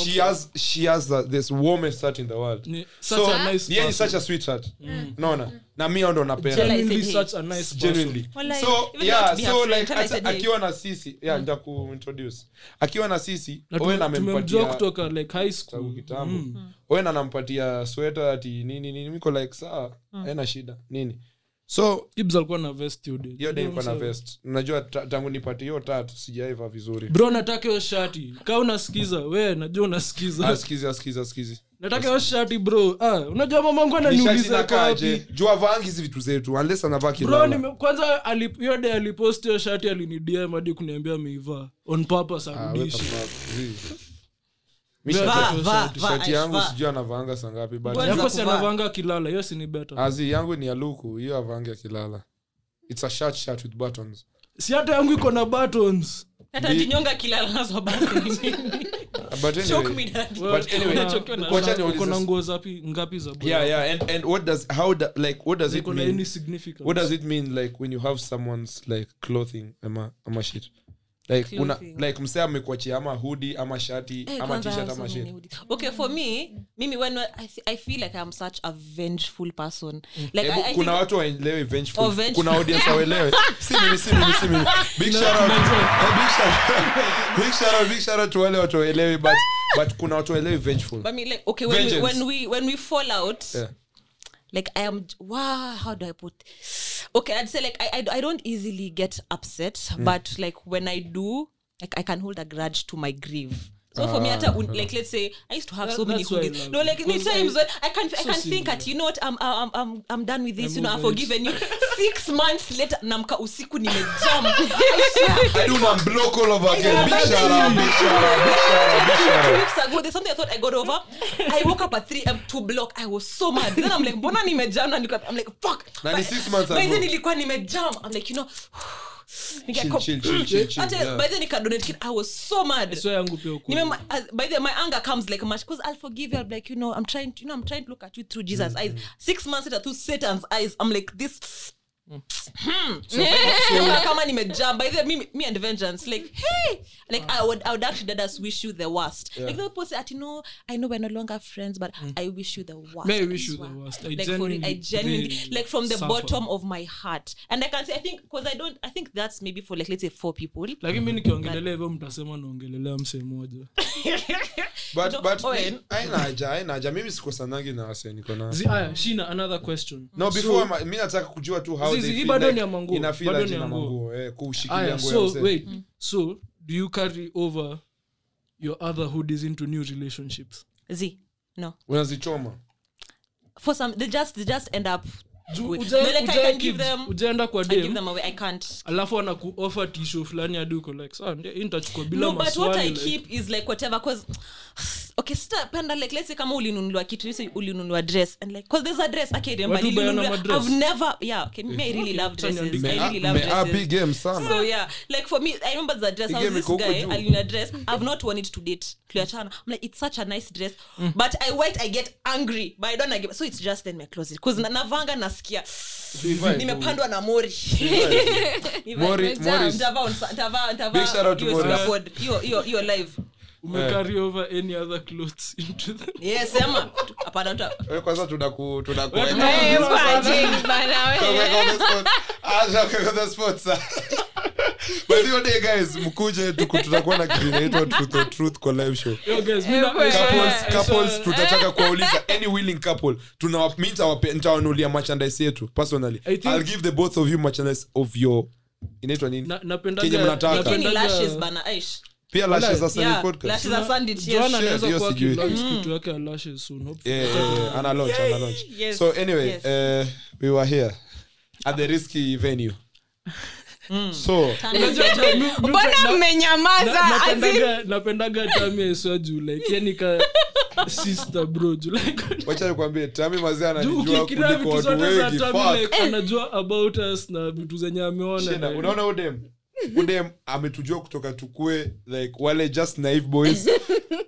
She has- she has the- this warmest heart in the world. Mm. Ni- So, such a nice yeah, ni person. such a sweetheart. Mm. Naona. na mi hao ndo napenda Genuinely Like, such a nice genuinely person. Well, like, so even not yeah to be a so friend, like can I hata say hey? akiwa na sisi Mm. yeah nitakuintroduce akiwa na sisi Na owen tume- tumemjua amempatia kutoka like high school Mm. tangu kitambo owen anampatia sweta ati nini nini miko like saa haina shida nini so Gibbs alikuwa na vest hiyo day. hiyo day nilikuwa na Sawa. vest najua ta- tangu nipate hiyo tatu sijaivaa vizuri bro nataka hiyo shati kaa unasikiza we najua unasikiza askizi askizi askizi nataka hiyo shati bro ah, unajua mamangu ananiuliza iko nishaizinakaje wapi juu avaangi hizi vitu zetu unless anavaa bro kilala nime, kwanza alip- hiyo day alipost hiyo shati alinidm hadi kuniambia ameivaa on purpose Ah, what the arudishi fuck, zii. Mi Vaa, shati- vaa, shati- vaa, shati Ash, yangu vaa. sijui anavaanga sangapi but Bwana. yako si kuvaa. anavanga kilala hiyo si ni beta azi yangu ni aluku hiyo avangi akilala its a short shirt with buttons si hata yangu iko na buttons Hata jinyonga kilala nazo basi ni nini? but Choke me, anyway, dad. but anyway Uko na- wacha niulize- uko na nguo zapi ngapi za boy? yeah yeah and, and what does how da, like what does it Ziko na mean any significance? what does it mean like when you have someone's like clothing ama ama shit like una like msee amekuachia ama hudi ama shati Eh, ama kwanza t-shirt so ama many shit hoodies. okay for me mimi when I, th- i feel like i'm such a vengeful person like Hebu, I, I kuna think, watu waelewe vengeful. Oh, vengeful. kuna audience waelewe si mimi si mimi si mimi big shout out Eh, big shout big shout out big shout out to wale watu waelewe but but kuna watu waelewe vengeful but me like okay when we, Vengeance. when we when we fall out Yeah. like i am wow how do i put okay i'd say like i i, I don't easily get upset Hmm. but like when i do like i can hold a grudge to my grief so for me Ah. hata un, like let's say i used to have That- so many that's why I hoodies love no you, like many because I- times when i can i so can think similar. at you know what i'm i'm i'm, I'm done with this you know i've over it. forgiven you six months later namka usiku nimejam I do not block all over again. Big shout out, big shout out, big shout out, big shout two out. weeks ago, there's something I thought I got over. I woke up at 3 am to block. I was so mad. Then I'm like, Bona nimejam na niko- I'm like, fuck. Na ni By- six months by ago. then nilikuwa nimejam. I'm like, you know, Chill, nika- chill, chill, chill, chill, Hata yeah. by then nika donate kid. I was so mad. So yangu pia uko- Nimema- as- by the, my anger comes like much because I'll forgive you. I'll be like, you Mm-hmm. know, I'm trying to, you know, I'm trying to look at you through Jesus' eyes. Six months later, through Satan's eyes, I'm like, this hmm. Kama- kama nimejump by the me, me and vengeance like hey like i would i would actually let us wish you the worst like they'll post at you know i know we're no longer friends but i wish you the worst Mm. May I wish you the swear." worst. I like for it, genuinely i genuinely really like from the suffer. bottom of my heart and i can say i think because i don't i think that's maybe for like let's say four people lakini mi nikiongelelea hivyo mtasema naongelelea msee moja but No, but Owen. haina haja haina haja mimi sikosanangi na wase niko na Zi- aya shina another question no before ama- mi nataka kujua tu how Zizi, they hii feel bado like ni ya manguo, inafeel bado aje ni na ya manguo. manguo, eh, kushikilia aya nguo so ya mse. wait Hmm. so do you carry over your other hoodies into new relationships z no unazichoma for some they just they just end up Ju- with- ujae- no, like i ujae can give kids, them ujaenda kwa i give dem them away i can't alafu anakuofa tisho fulani aduko like saa ndio hii nitachukua bila no but what i maswali like, keep is like whatever cause okay sitapenda like let's say kama ulinunuliwa kitu let's say ulinunuliwa dress and like cause there's a dress okay remember Watu bayana nilinunuliwa- madress. Mm. i've never yeah okay me i really love Acha dresses i niandike. really love ah, dresses game sana so yeah like for me i remember the dress i Pige was this mikoko guy juu. alina dress i've not worn it to date tuliachana i'm like it's such a nice dress Mm. but i wait i get angry but i don't get so it's just in my closet cause na- navanga nasikia nimepandwa na mori Mori- Morris. Ntavaa on- ntavaa- ntavaa Big shout out to hiyo Morris. snapboard, hiyo- hiyo- hiyo live Eh. umecarry over any other clothes into the Yes, sema. Hapana, mtu- Wewe kwanza tunaku Wewe tunakuweka Eh, Patrick, bana, we. Tunakuweka on the spot. Ah, tunakuweka on the spot, sir. But hiyo day, guys mkuje tuku- tutakuwa na kile inaitwa truth or truth kwa live show Yo, guys, mi na- eh, Ewe. Couples- I saw- couples tutataka kuwauliza any willing couple Tunawa- mi nitawape- nitawanulia merchandise yetu personally I think- i'll give the both of you merchandise of your inaitwa nini na- napendaga- Kenye mnataka. napendaga- Lakini lashes bana, aish. pia lashes Wala- sasa ni Yeah, podcast lashes are sandwich, yes. Joanna anaweza hiyo kuwa sijui. akilaunch Mm. kitu yake ya lashes soon, hopefully. yeah, yeah, yeah. ana launch ana launch Yes, so anyway yes. uh, we were here at the risky venue so Unajua, mi- mi- mbona na- mmenyamaza na- As in- napendaga- napendaga tami aiswa juu like yani ka sister bro juu like wacha nikwambie tami mazee juu ananijua ukifikiria kuliko vitu watu zote za wengi tami fuck like anajua about us na vitu zenye ameona Shida, like. unaona udem udem ametujua kutoka tukue like wale just naive boys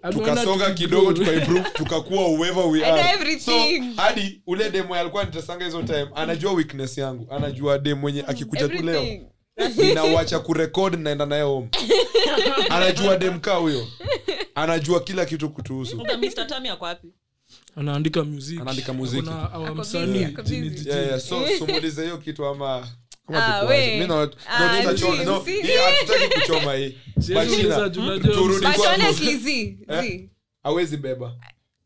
Ameona tukasonga tuki- kidogo tukaimprove tukakuwa whoever we I know are so everything. hadi ule dem alikuwa nitasanga hizo time anajua weakness yangu anajua dem mwenye akikuja tu leo Mm, Everything. ninauacha kurekod naenda naye home anajua demka huyo anajua kila kitu kutuhusu Mr. Mr. Tami ako wapi? anaandika muziki Anaandika muziki. Kuna our Ako busy, msanii ako jini- busy. yeah, yeah. so sumulize hiyo kitu ama kama Ah, tukuaje. we. Mi naona- no, Ah, tutachoma- si- no, si. hii hatutaki kuchoma hii But Siwezi shida, uliza juu najua turudi But kwako. honestly, Z, Z, hawezi beba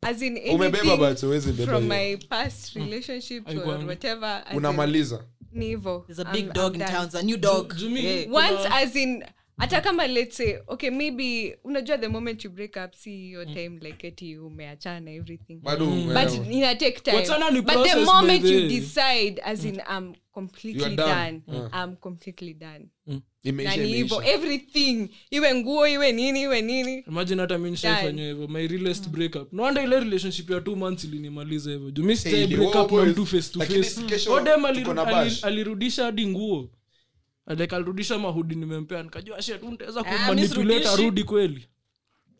as in Eh? umebeba anything but huwezi beba from hiyo. my past Hmm. relationships or Haikuwa- whatever, as in, unamaliza ni hivo. There's a I'm- big I'm dog in done. town, a new dog. Ju- Jumi- Yeah. once Kuna- as in hata kama let's say okay maybe unajua the moment you break up see your Hmm. time like eti umeachana everything bado Mm, but umeelewa. ina take Wachana time ni but the process, moment you baby. decide as in i'm completely You are done. done Mm. i'm completely done Imeisha, na ni hivyo imeisha. everything iwe nguo iwe nini iwe nini imagine hata mi nishaifanya hivyo my realest breakup no wonder ile relationship ya two months ilinimaliza hivyo juu mi sijai Hey, break wow, up na boys. mtu face to Lakini face si kesho odem tuko na aliru- bash. ali- alirudisha hadi nguo like alirudisha mahudi nimempea nikajua she tu nitaweza Ah, kumanipulate misirudishi. arudi kweli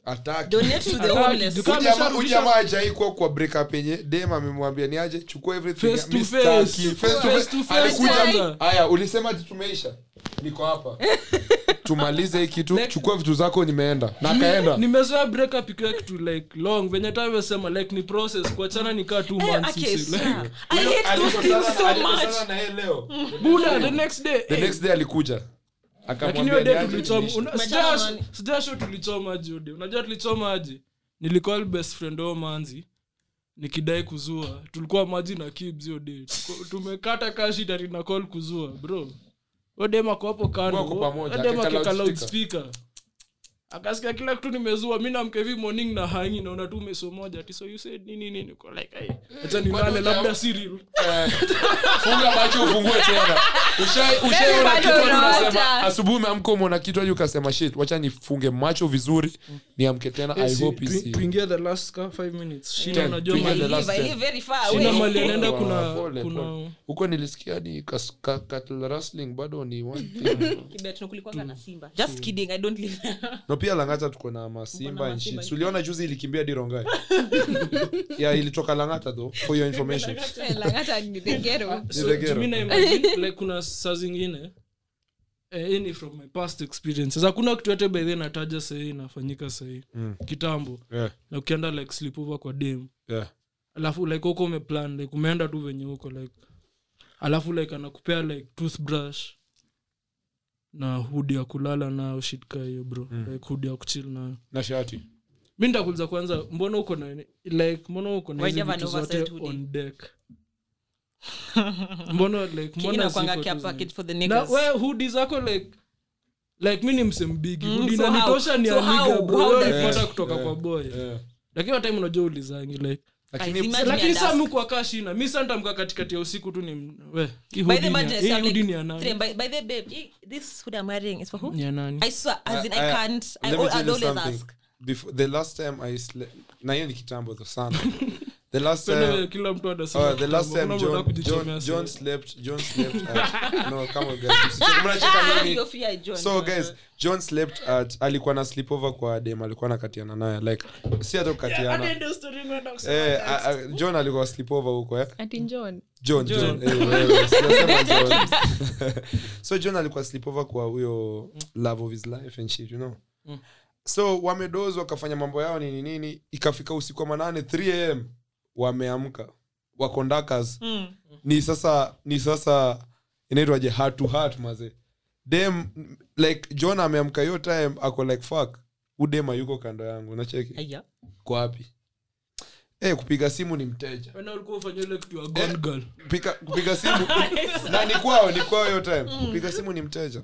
Hataki. Donate to the Hapana, homeless. duka- Huyu jamaa- amesharudisha- huyu jamaa hajaikuwa kwa breakup yenye dem amemwambia ni aje chukua everything Face to Mi face. sitaki. Face Face to face. to face. Alikuja- Hataki. haya ulisema ati tumeisha niko hapa tumalize hii kitu chukua vitu zako nimeenda na akaenda nimezoea breakup ikiwa kitu like long venye hata wewe sema like ni process kuachana nikaa two Eh, months okay, msee, like, sawa. I hate those Alipozana- things so alipozana much. na yeye leo buda the next day the eh, next day alikuja lakini akamwambia hiyo ni day aje, tulichoma tumeisha. una- Umechana sijasho- nani? sijasho tulichoma aje hiyo day. unajua tulichoma aje nilicall best friend wao manzi nikidai kuzua tulikuwa maji na kibs hiyo day Tuko- tumekata kashi na nina call kuzua bro odem ako hapo Wako kando pamoja, odem akika akika loudspeaker. loudspeaker akasikia kila kitu nimezua mi na mkevi morning na hangi naona tu umeso moja ti so you said nini nini Niko like ai acha nilale labda siri Eh, funga macho ufungue tena Usha- ushaona bado kitu hadi unaota. unasema, asubuhi umeamka umeona kitu hadi ukasema shit wacha nifunge macho vizuri niamke tena i hope you see." tuingia the last ka- five minutes shina Ten, unajua tuingia mali- the I last live- time. I live very far shina away. mali anaenda Wow, kuna pole, kuna pole. huko nilisikia ni kas- ka- cattle rustling bado ni one thing. Mm. Kibet, nukulikuwaga na simba. Just kidding, I don't live- no pia langata tuko na masimba and masimba. shit. uliona juzi ilikimbia dirongai yeah, ilitoka langata though for your information langata ni the ghetto. So, the ghetto. to me na imagine, like, kuna saa zingine eh, hii ni from my past experiences hakuna kitu yote by the way nataja sahii inafanyika sahii Mm. kitambo yeah, na ukienda like slipover kwa dem yeah. alafu like huko umeplan like umeenda tu venye huko like alafu like anakupea like toothbrush na hudi ya kulala nayo shitka hiyo bro mm. like hudi ya kuchill nayo na shati mi ntakuliza kwanza mbona uko na like mbona uko na Why hizi do you have vitu an zote oversized hoodie? on deck mbona like mbona inakwanga ziko care tu package zenye- for the na niggas. we hudi zako like like mi ni msembigi Mm, hudi so how? inanitosha ni So aniga how? How bro does- nipata Yeah, kutoka yeah, kwa boy yeah. lakini watime unajua ulizangi like Guys, lakini imagine lakini your saa dust. mkwa kaa shina mi saa ntamka katikati ya usiku tu ni m- we hii By hoodie the ni- budget, hii I'm like, hoodie ni ya nani? three, by- by the babe, eh, this hood I'm wearing is for who? Ni ya nani I swear, as in, I I- I- can't. I let me al- tell I'd you always something. ask. Before, the last time i sle- na hiyo ni kitambo tho sana the last Pende time kila mtu anasema Uh, the last kwamba time kuna mtu John, anakujichomea John, sana. John slept, John slept at, no, come on guys, msicheke- mnacheka Your nini? fear, John. so guys john slept at alikuwa na sleepover kwa dem alikuwa nakatiana naye like si hata kukatiana eh, a- a- john alikuwa sleepover huko eh? Ati John. john, john. Eh, wewe, sijasema john so john alikuwa sleepover kwa huyo love of his life and shit, you know Mm. so wamedozi wakafanya mambo yao nini nini ikafika usiku wa manane 3 am wameamka wakondakas Mm. ni sasa ni sasa inaitwaje heart to heart maze dem like john ameamka hiyo time ako like fuck udema yuko kando yangu nacheki Aya. ko wapi Eh, kupiga simu ni mteja Wena ulikuwa ufanye ile kitu ya gone Eh, girl. Pika, kupiga simu na ni kwao ni kwao hiyo time Mm. kupiga simu ni mteja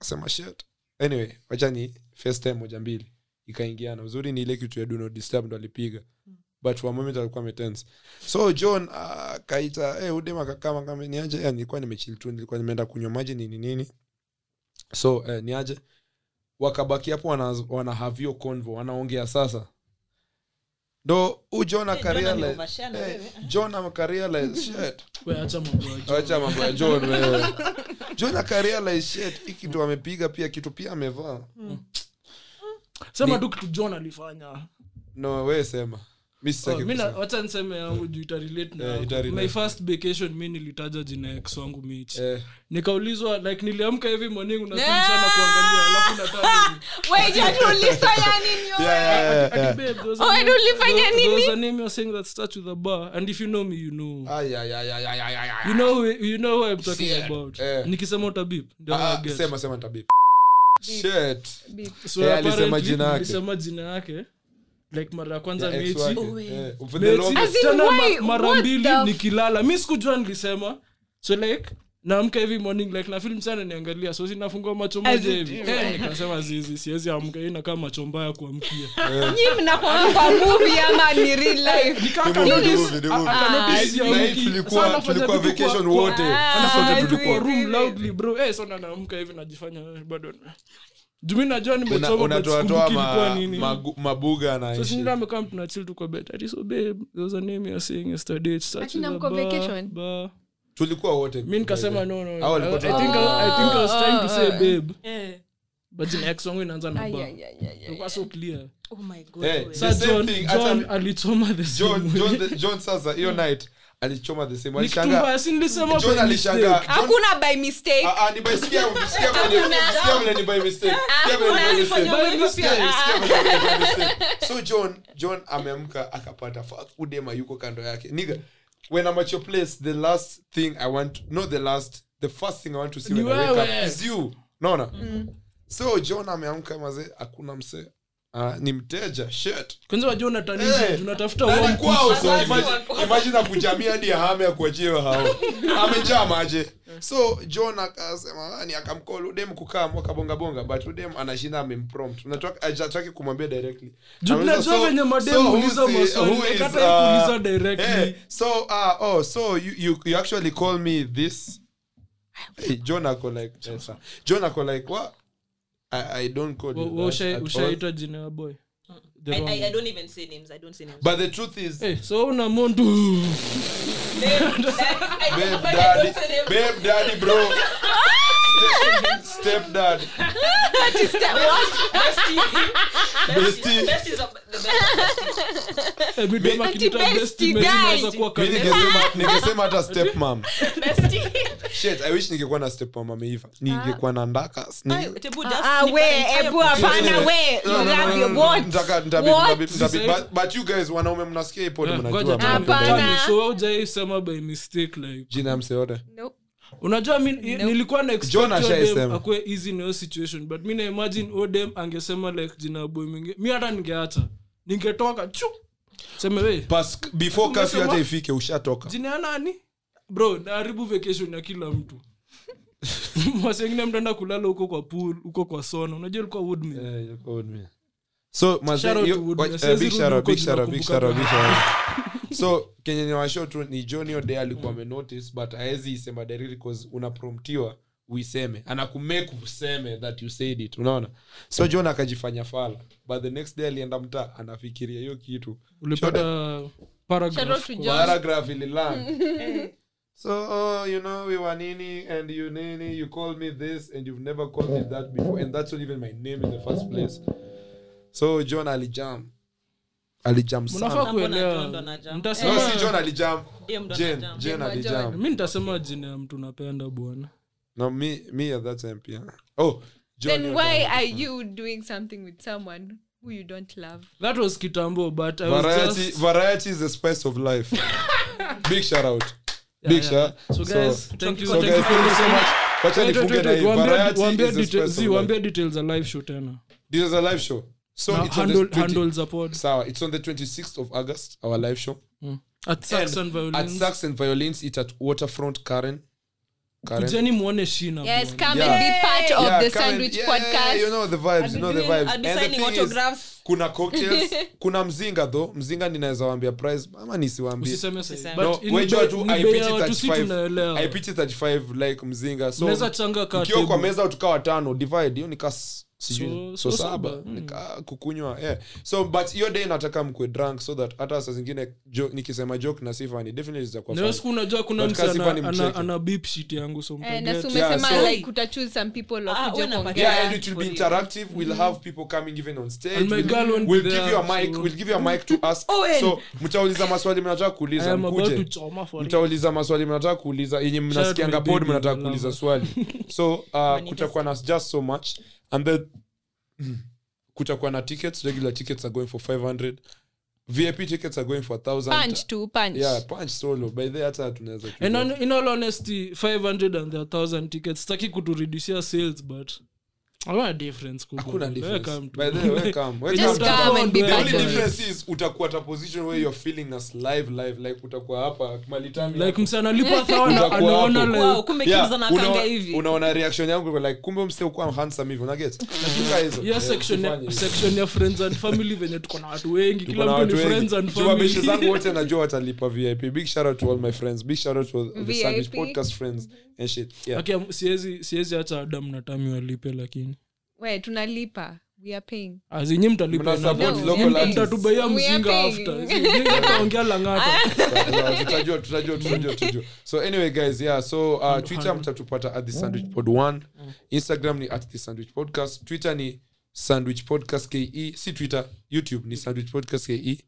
asema shit anyway wacha ni first time moja mbili ikaingiana uzuri ni ile kitu ya do not disturb ndo alipiga but for a moment alikuwa ametense so john ah, kaita hey, udema kakama kama niaje yeah, nilikuwa nimechill tu nilikuwa nimeenda kunywa maji nini nini so eh, niaje wakabaki hapo wana, wana have hiyo convo wanaongea sasa ndo huu john Eh, John akarealize ameovershare na eh, wewe. john akarealize shit We, acha mambo ya John. acha mambo ya john wewe john akarealize shit hii kitu amepiga pia kitu pia amevaa Ah, sema tu kitu john alifanya no wewe sema mi sitaki Oh, mi na- kusema. wacha niseme yangu juu itarelate na Eh, yako. itarelate. my first vacation mi nilitaja jina ya ex wangu michi Eh, nikaulizwa like niliamka hivi morning unasimchana kuangalia alafu nataka nini? Wait, John, ulifanya nini wewe? yeah, yeah, yeah, yeah. Babe, those Oh, are and ulifanya those- those nini? are name you're saying that starts with a bar and if you know me you know Ay, ay, ay, ay, ay, ay, ay, ay. you know who, you know who I'm talking Yeah. about Eh. nikisema utabip ndio Ah, I get. sema sema tabii shit Beep. so Eh, apparently, alisema jina yake. nilisema jina yake like mara ya kwanza Yeah, ex mechi wake. Oh, Eh, for the Mate, longest- As in, tena why? ma- mara What mbili the- nikilala mi sikujua nilisema so like naamka hivi morning like na film sana niangalia so sinafungua macho moja hivi Eh, nikasema zizi siwezi amka hii inakaa macho mbaya kuamkia Nyinyi mnakuanga kwa movie ama ni real life? Ah, Na hii tulikuwa tulikuwa vacation wote Sisi sote Ah, tulikuwa sweet. room loudly bro eh so na naamka hivi najifanya eh, bado na- juu mi najua Una- nimechoma but unatoatoa sikumbuki ilikuwa ma- nini magu- mabuga so na sinda amekam tunachil tu kwa bed ati so babe there was a name you were saying yesterday it starts Ati with na a mko ba- vacation? ba- tulikuwa wote mi nikasema no, no, no. Hao I, walikuwa I think I, I think I was trying to say babe Eh. but jina ex wangu inaanza na Ay, ba ay, ay, ay, ay. Ilikuwa so clear Oh my God, Eh, we- The Sir same John, thing, John hata- alichoma the john same way. john john sasa hiyo night alichoma the same Ni kitu alishangaa mbaya, si nilisema john by alishangaa mistake. John- hakuna by mistake Ah, ah, ni by- sikia- sikia vile- sikia vile ni by mistake. Sikia vile ni by mistake. By mistake. Sikia- sikia vile ni by mistake. so john john ameamka akapata fuck, udema yuko kando yake Nigga, when i'm at your place the last thing i want not the last the first thing i want to see Ni when I wake wewe. up is you naona so john ameamka maze hakuna msee Ah, ni mteja shit kwanza wajua unatanisha, Eh, unatafuta Na ni warm kwao so Wazazi imagine- wako. imagine akujamia hadi ahame akuachiwe hao amejaa maje so john akasema nani akamcall udem kukaa mwakabonga bonga but udem anashinda amemprompt Unataka- hajataki kumwambia directly Juu Anauliza, tunajua so- venye madem so who's huuliza the- maswali, who like is, hata haikuuliza uh, directly. eh, so ah, oh so you, you, you actually call me this Hey, john ako like eh, sir. john ako like what I, I don't call Wa- you wa- that usha- at all. ushaitwa jina ya boy The I- I- wrong- I don't even say names. I don't say names. but the truth is Eh, so una Eh, montu Name, daddy, I- babe but I don't daddy say names. Ah! babe daddy bro step, step dad is the what? Bestie. Eh, midem Mi- akinita Ati best bestie image guide. inaweza kuwa Mi karibu. Ah! ningesema- ningesema hata step mam Bestie. shit i wish ningekuwa na step mam ameiva ningekuwa na ndaka Ayo, Tebu, just Ah, sleep we, an entire ebu hapana Anyway. we No, no, no, no, love no, your no. what? Nitaka- nitabidi- What? nitabidi- nitabidi- but- but you guys wanaume mnasikia hii pod Eh, mnajua ngoja mnapenda. tuambie Hapana. Johnny, so wewe hujawahi sema by mistake like jina ya mseote No. unajua mi i- nilikuwa na expect John Odem ashaisema. akuwe easy na hiyo situation but mi naimagine odem angesema like jina ya boy mwingi mi hata ningeacha ningetoka chu seme we Pas- before Umesema? curfew hata ifike ushatoka jina ya nani bro naharibu vacation ya kila mtu masengine mtaenda kulala huko kwa pool huko kwa sona unajua ilikuwa woodman Eh, so maze- Shout out yo- to Woodman. wa- eh, big Siwezi shout out, rudi big huko shout out, juu big nakumbuka shout out, big shout out. so kenye ni washo tu ni johni ode alikuwa Mm. amenotice but aezi isema directly cause unapromptiwa uiseme anakumake useme that you said it unaona so Mm. john akajifanya fala but the next day alienda mtaa anafikiria hiyo kitu ulipata Shout out to paragraph John. paragraph ililang Eh. so oh, you know we were nini and you nini you called me this and you've never called me that before and that's not even my name in the first place so john alijam alijam mnafaa sana Hapo na John kuelewa ndo anajam. mtasema no, si john alijam Yeye ndo jen anajam. jen alijam mi nitasema jina ya mtu napenda bwana no me me at that time pia oh john Then why are you doing something with someone who you don't love? that was kitambo but I was variety just- variety is the spice of life big shout out big yeah. shout So guys, thank you- so thank you guys for thank you so listening. much wacha Wait, wait, nifunge wait, na hii. wait, waambie- Variety waambie is the detail- spice of zi, life. waambie details za live show tena this is a live show so Na it's handle- on the 20 handle za pod. sawa it's on the 26th of august our live show At Sax and at Violins. sax and violins it at waterfront karen karen kujeni muone shina Yes, bwana. come Yeah. and be part of Yeah, the come and- Sandwich yeah, Podcast. you know the vibes you know the vibes I'll be And the signing thing is, autographs. kuna cocktails kuna mzinga though mzinga ninaweza waambia price ama nisiwaambie Usiseme sahi. Usiseme. But no ni wejua bei- tu ni bei ipiti ya watu si 35 tunaelewa. ipiti 35 like mzinga so Mnaweza changa kaa ukiwa kwa table. meza tukawa tano divide hiyo nika s- sijui So- so so saba saba. mm. nika kukunywa eh. so but hiyo day nataka mkwe drunk so that hata saa zingine jo, nikisema joke na sifani definitely zitakuwa Na hiyo fun siku unajua kuna But mtu kasi ana, fani ana, mcheke. ana beep shit yangu so Eh, mtaget. na si umesema Yeah, so- like utachoose some people wa Ah, kuja wewe na kuongea. yeah, and it will be interactive we'll have people coming even on stage Mm-hmm. And my girl we'll, won't be we'll give there, you a mic so- Oh, we'll give you a mic to ask Owen. so mtauliza maswali mnataka I kuuliza am about to mkuje choma for real. mtauliza maswali mnataka kuuliza yenye out mnasikianga my pod baby, mnataka my kuuliza lover. swali so uh, kutakuwa na just so much and the kutakuwa na tickets regular tickets are going for 500 vip tickets are going for 1000 Punch to punch. yeah punch solo by the hata tunaweza And kuja. on- in all honesty 500 and their 1000 tickets sitaki kuturudishia sales but hakuna difference kubwa. Hakuna Wewe difference. kaa mtu. By the way, wewe kaa- wewe It's kaa Just mtu. not come and be about- the part only of it. difference is utakuwa ta position where you're feeling us live live like utakuwa hapa malitami like msee analipa thawa na Utakuwa anaona hapo. like Wow, kumbe Yeah, kids anakaanga unaona- hivi. unaona reaction yangu iko like kumbe mse ukuwa handsome hivi unaget Nakumbuka hizo. hiyo Eh, section ya- tufanye hizo. section ya friends and family venye tuko na watu wengi Tuko na kila mtu watu ni wengi. friends and Juu mabeshe zangu family wote najua watalipa vip big shout out to all my friends big shout out to all the sandwich VIP. podcast friends and shit yeah Okay, am- siwezi siwezi hata adam na tami walipe lakini Ah, We, tunalipa. We are paying. azinyi mtalipa Mna support No, local yeah. artists. mtatubaia We are mzinga paying. Ah. after afterongea langata uh, tutajua tutajua tutajua tutajua so anyway guys yeah so uh, twitter mtatupata at the sandwich pod 1 instagram ni at the sandwich podcast twitter ni sandwich podcast ke si twitter youtube ni sandwich podcast ke and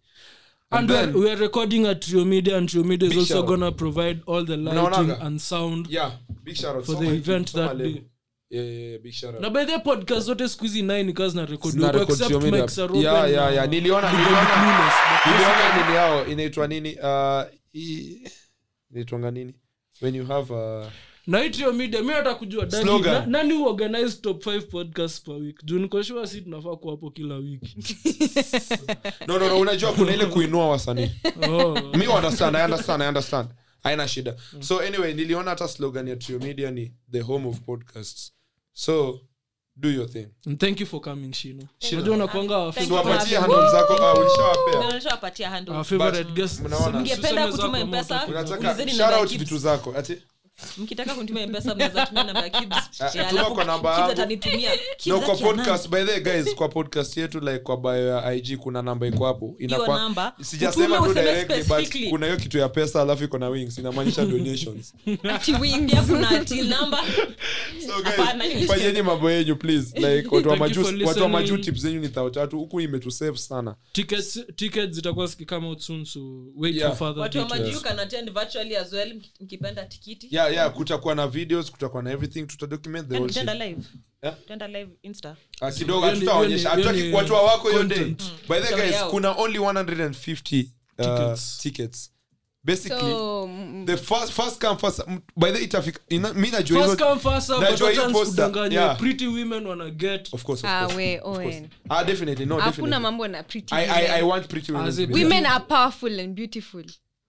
and then, then we are recording at trio media and trio media is Big also shout out. gonna provide all the lighting Mnaonaga? and sound yeah big shout out For the Soma event Soma that leo. day. yeah, yeah, yeah, big shout out na by the way, podcast zote skuizi nai ni kazi na record Na huko, record except Trio Media. mics are open Yeah, yeah, na- yeah. Niliona- Because niliona- clueless, but- niliona nini yao inaitwa nini uh, hii- inaitwanga nini when you have uh, na hii trio media mi hata kujua Dani, Slogan. na- nani huorganize top 5 podcasts per week juu niko sure si tunafaa kuwa hapo kila wiki no, no, no, unajua kuna ile kuinua wasanii oh. mi understand, I understand, I understand. haina shida so anyway niliona hata slogan ya Trio media ni the home of podcasts so do your thing And Mm, thank you for coming shino Shino. unajua nakuanga wa Thank you for tuwapatie having handle zako ah, ulishawapea Nimeshawapatia handle. our favorite But, guests. mnaona. Tuseme Ungependa zako kutuma ama M-Pesa? utakuja. unataka Ulizeni shout namba ya out Kibz. vitu zako ati mkitaka kunitumia mpesa mnaweza tumia namba ya Kibz. Ah, Yeah, tuma alafu kwa namba Kibz yangu. atanitumia Kibz na kwa akiamani. podcast by the way, guys kwa podcast yetu like kwa bio ya ig kuna namba iko hapo Hiyo inakuwa namba, sijasema tu utume useme directly but specifically. kuna hiyo kitu ya pesa alafu iko na wings inamaanisha donations Ati wings. Pia kuna ati namba. so Hapana, guys hiyo- fanyeni mambo yenyu please like watu wa Thank you for maju watu wa maju listening. tips zenyu ni thao tatu huku imetusave sana tickets tickets zitakuwa zikikama out soon so wait Yeah. for further watu wa details. majiu can attend virtually as well mki- mkipenda tikiti yeah yeah kutakuwa na videos kutakuwa na everything tutadocument the And whole tutaenda thing Yaani live Yeah. tutaenda live insta Ah, kidogo Hiyo ni- hatutaonyesha hiyo ni- hiyo hatutaki ni kuwatoa wako hiyo day content. by the way, guys Yao. kuna only 150 uh, Tickets. tickets basically so mm, the first first come first mm, by the itafika ina- mi najua First hizo- come, first serve, Najua but hiyo chance poster, kudanganya. yeah. Pretty women wana get of course, of Ah, course, we- of course. Owen. Ah, definitely no hakuna definitely mambo na pretty I, I, I women. want pretty women As to a be women- there. women are powerful and beautiful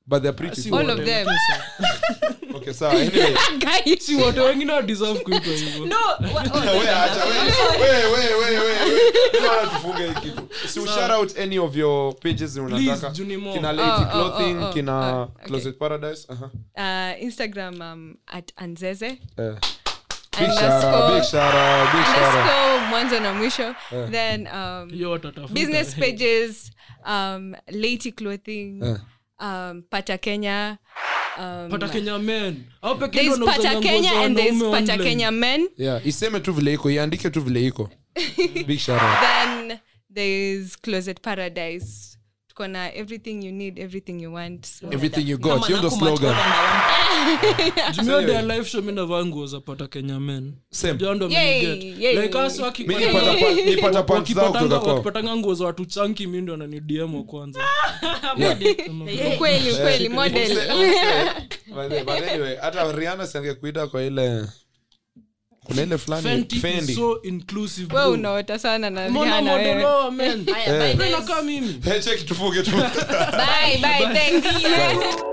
but they're pretty Si all wote. of them okay sawa anyway guys Si wote, wengine wa deserve kuitwa hivyo. no wa- oh, Wewe acha, wewe, wewe, wewe, wewe, wewe. Mbona tufunge hii kitu? Si ushout out any of your pages unataka. Please, Juni Mo. Kina Lady Oh, oh, Clothing, oh, oh. kina Oh, okay. Closet Paradise, uh-huh. aha. uh, instagram um, at anzeze Eh. Big shout out, big underscore shout out, big shout out. underscore mwanzo na mwisho then um, Hiyo watatafuta. business Hey. pages um, lady clothing um, pata kenya um, Pata Kenya men. Hao peke there's ndio Yaani wanauza pata nguo kenya za and there's wanaume pata online. kenya men Yeah, iseme tu vile iko iandike tu vile iko big shout out. then there's closet paradise tuko na everything you need everything you want so. everything you Kama got hiyo ndo nakumatuka slogan na Jumia their live show mi navaa nguo za pata kenya men Same. Ndio ndo Yay, miniget. yay. Like us Mi wakipata- nipata pa- nipata pants zao kutoka wakipatanga kwao wakipatanga nguo za watu chanki mi ndo ananidm wa kwanza ukweli ukweli Eh, Eh, By model the way, Eh, but anyway, hata riana siangekuita kwa ile kuna ile fulani Fenty is fendi so inclusive we bro. unaota sana na Mbona Rihanna, model wewe. wao, men? Eh. Haya, bye, Mbona guys. kama mimi Hey, check tufunge tu bye bye thank you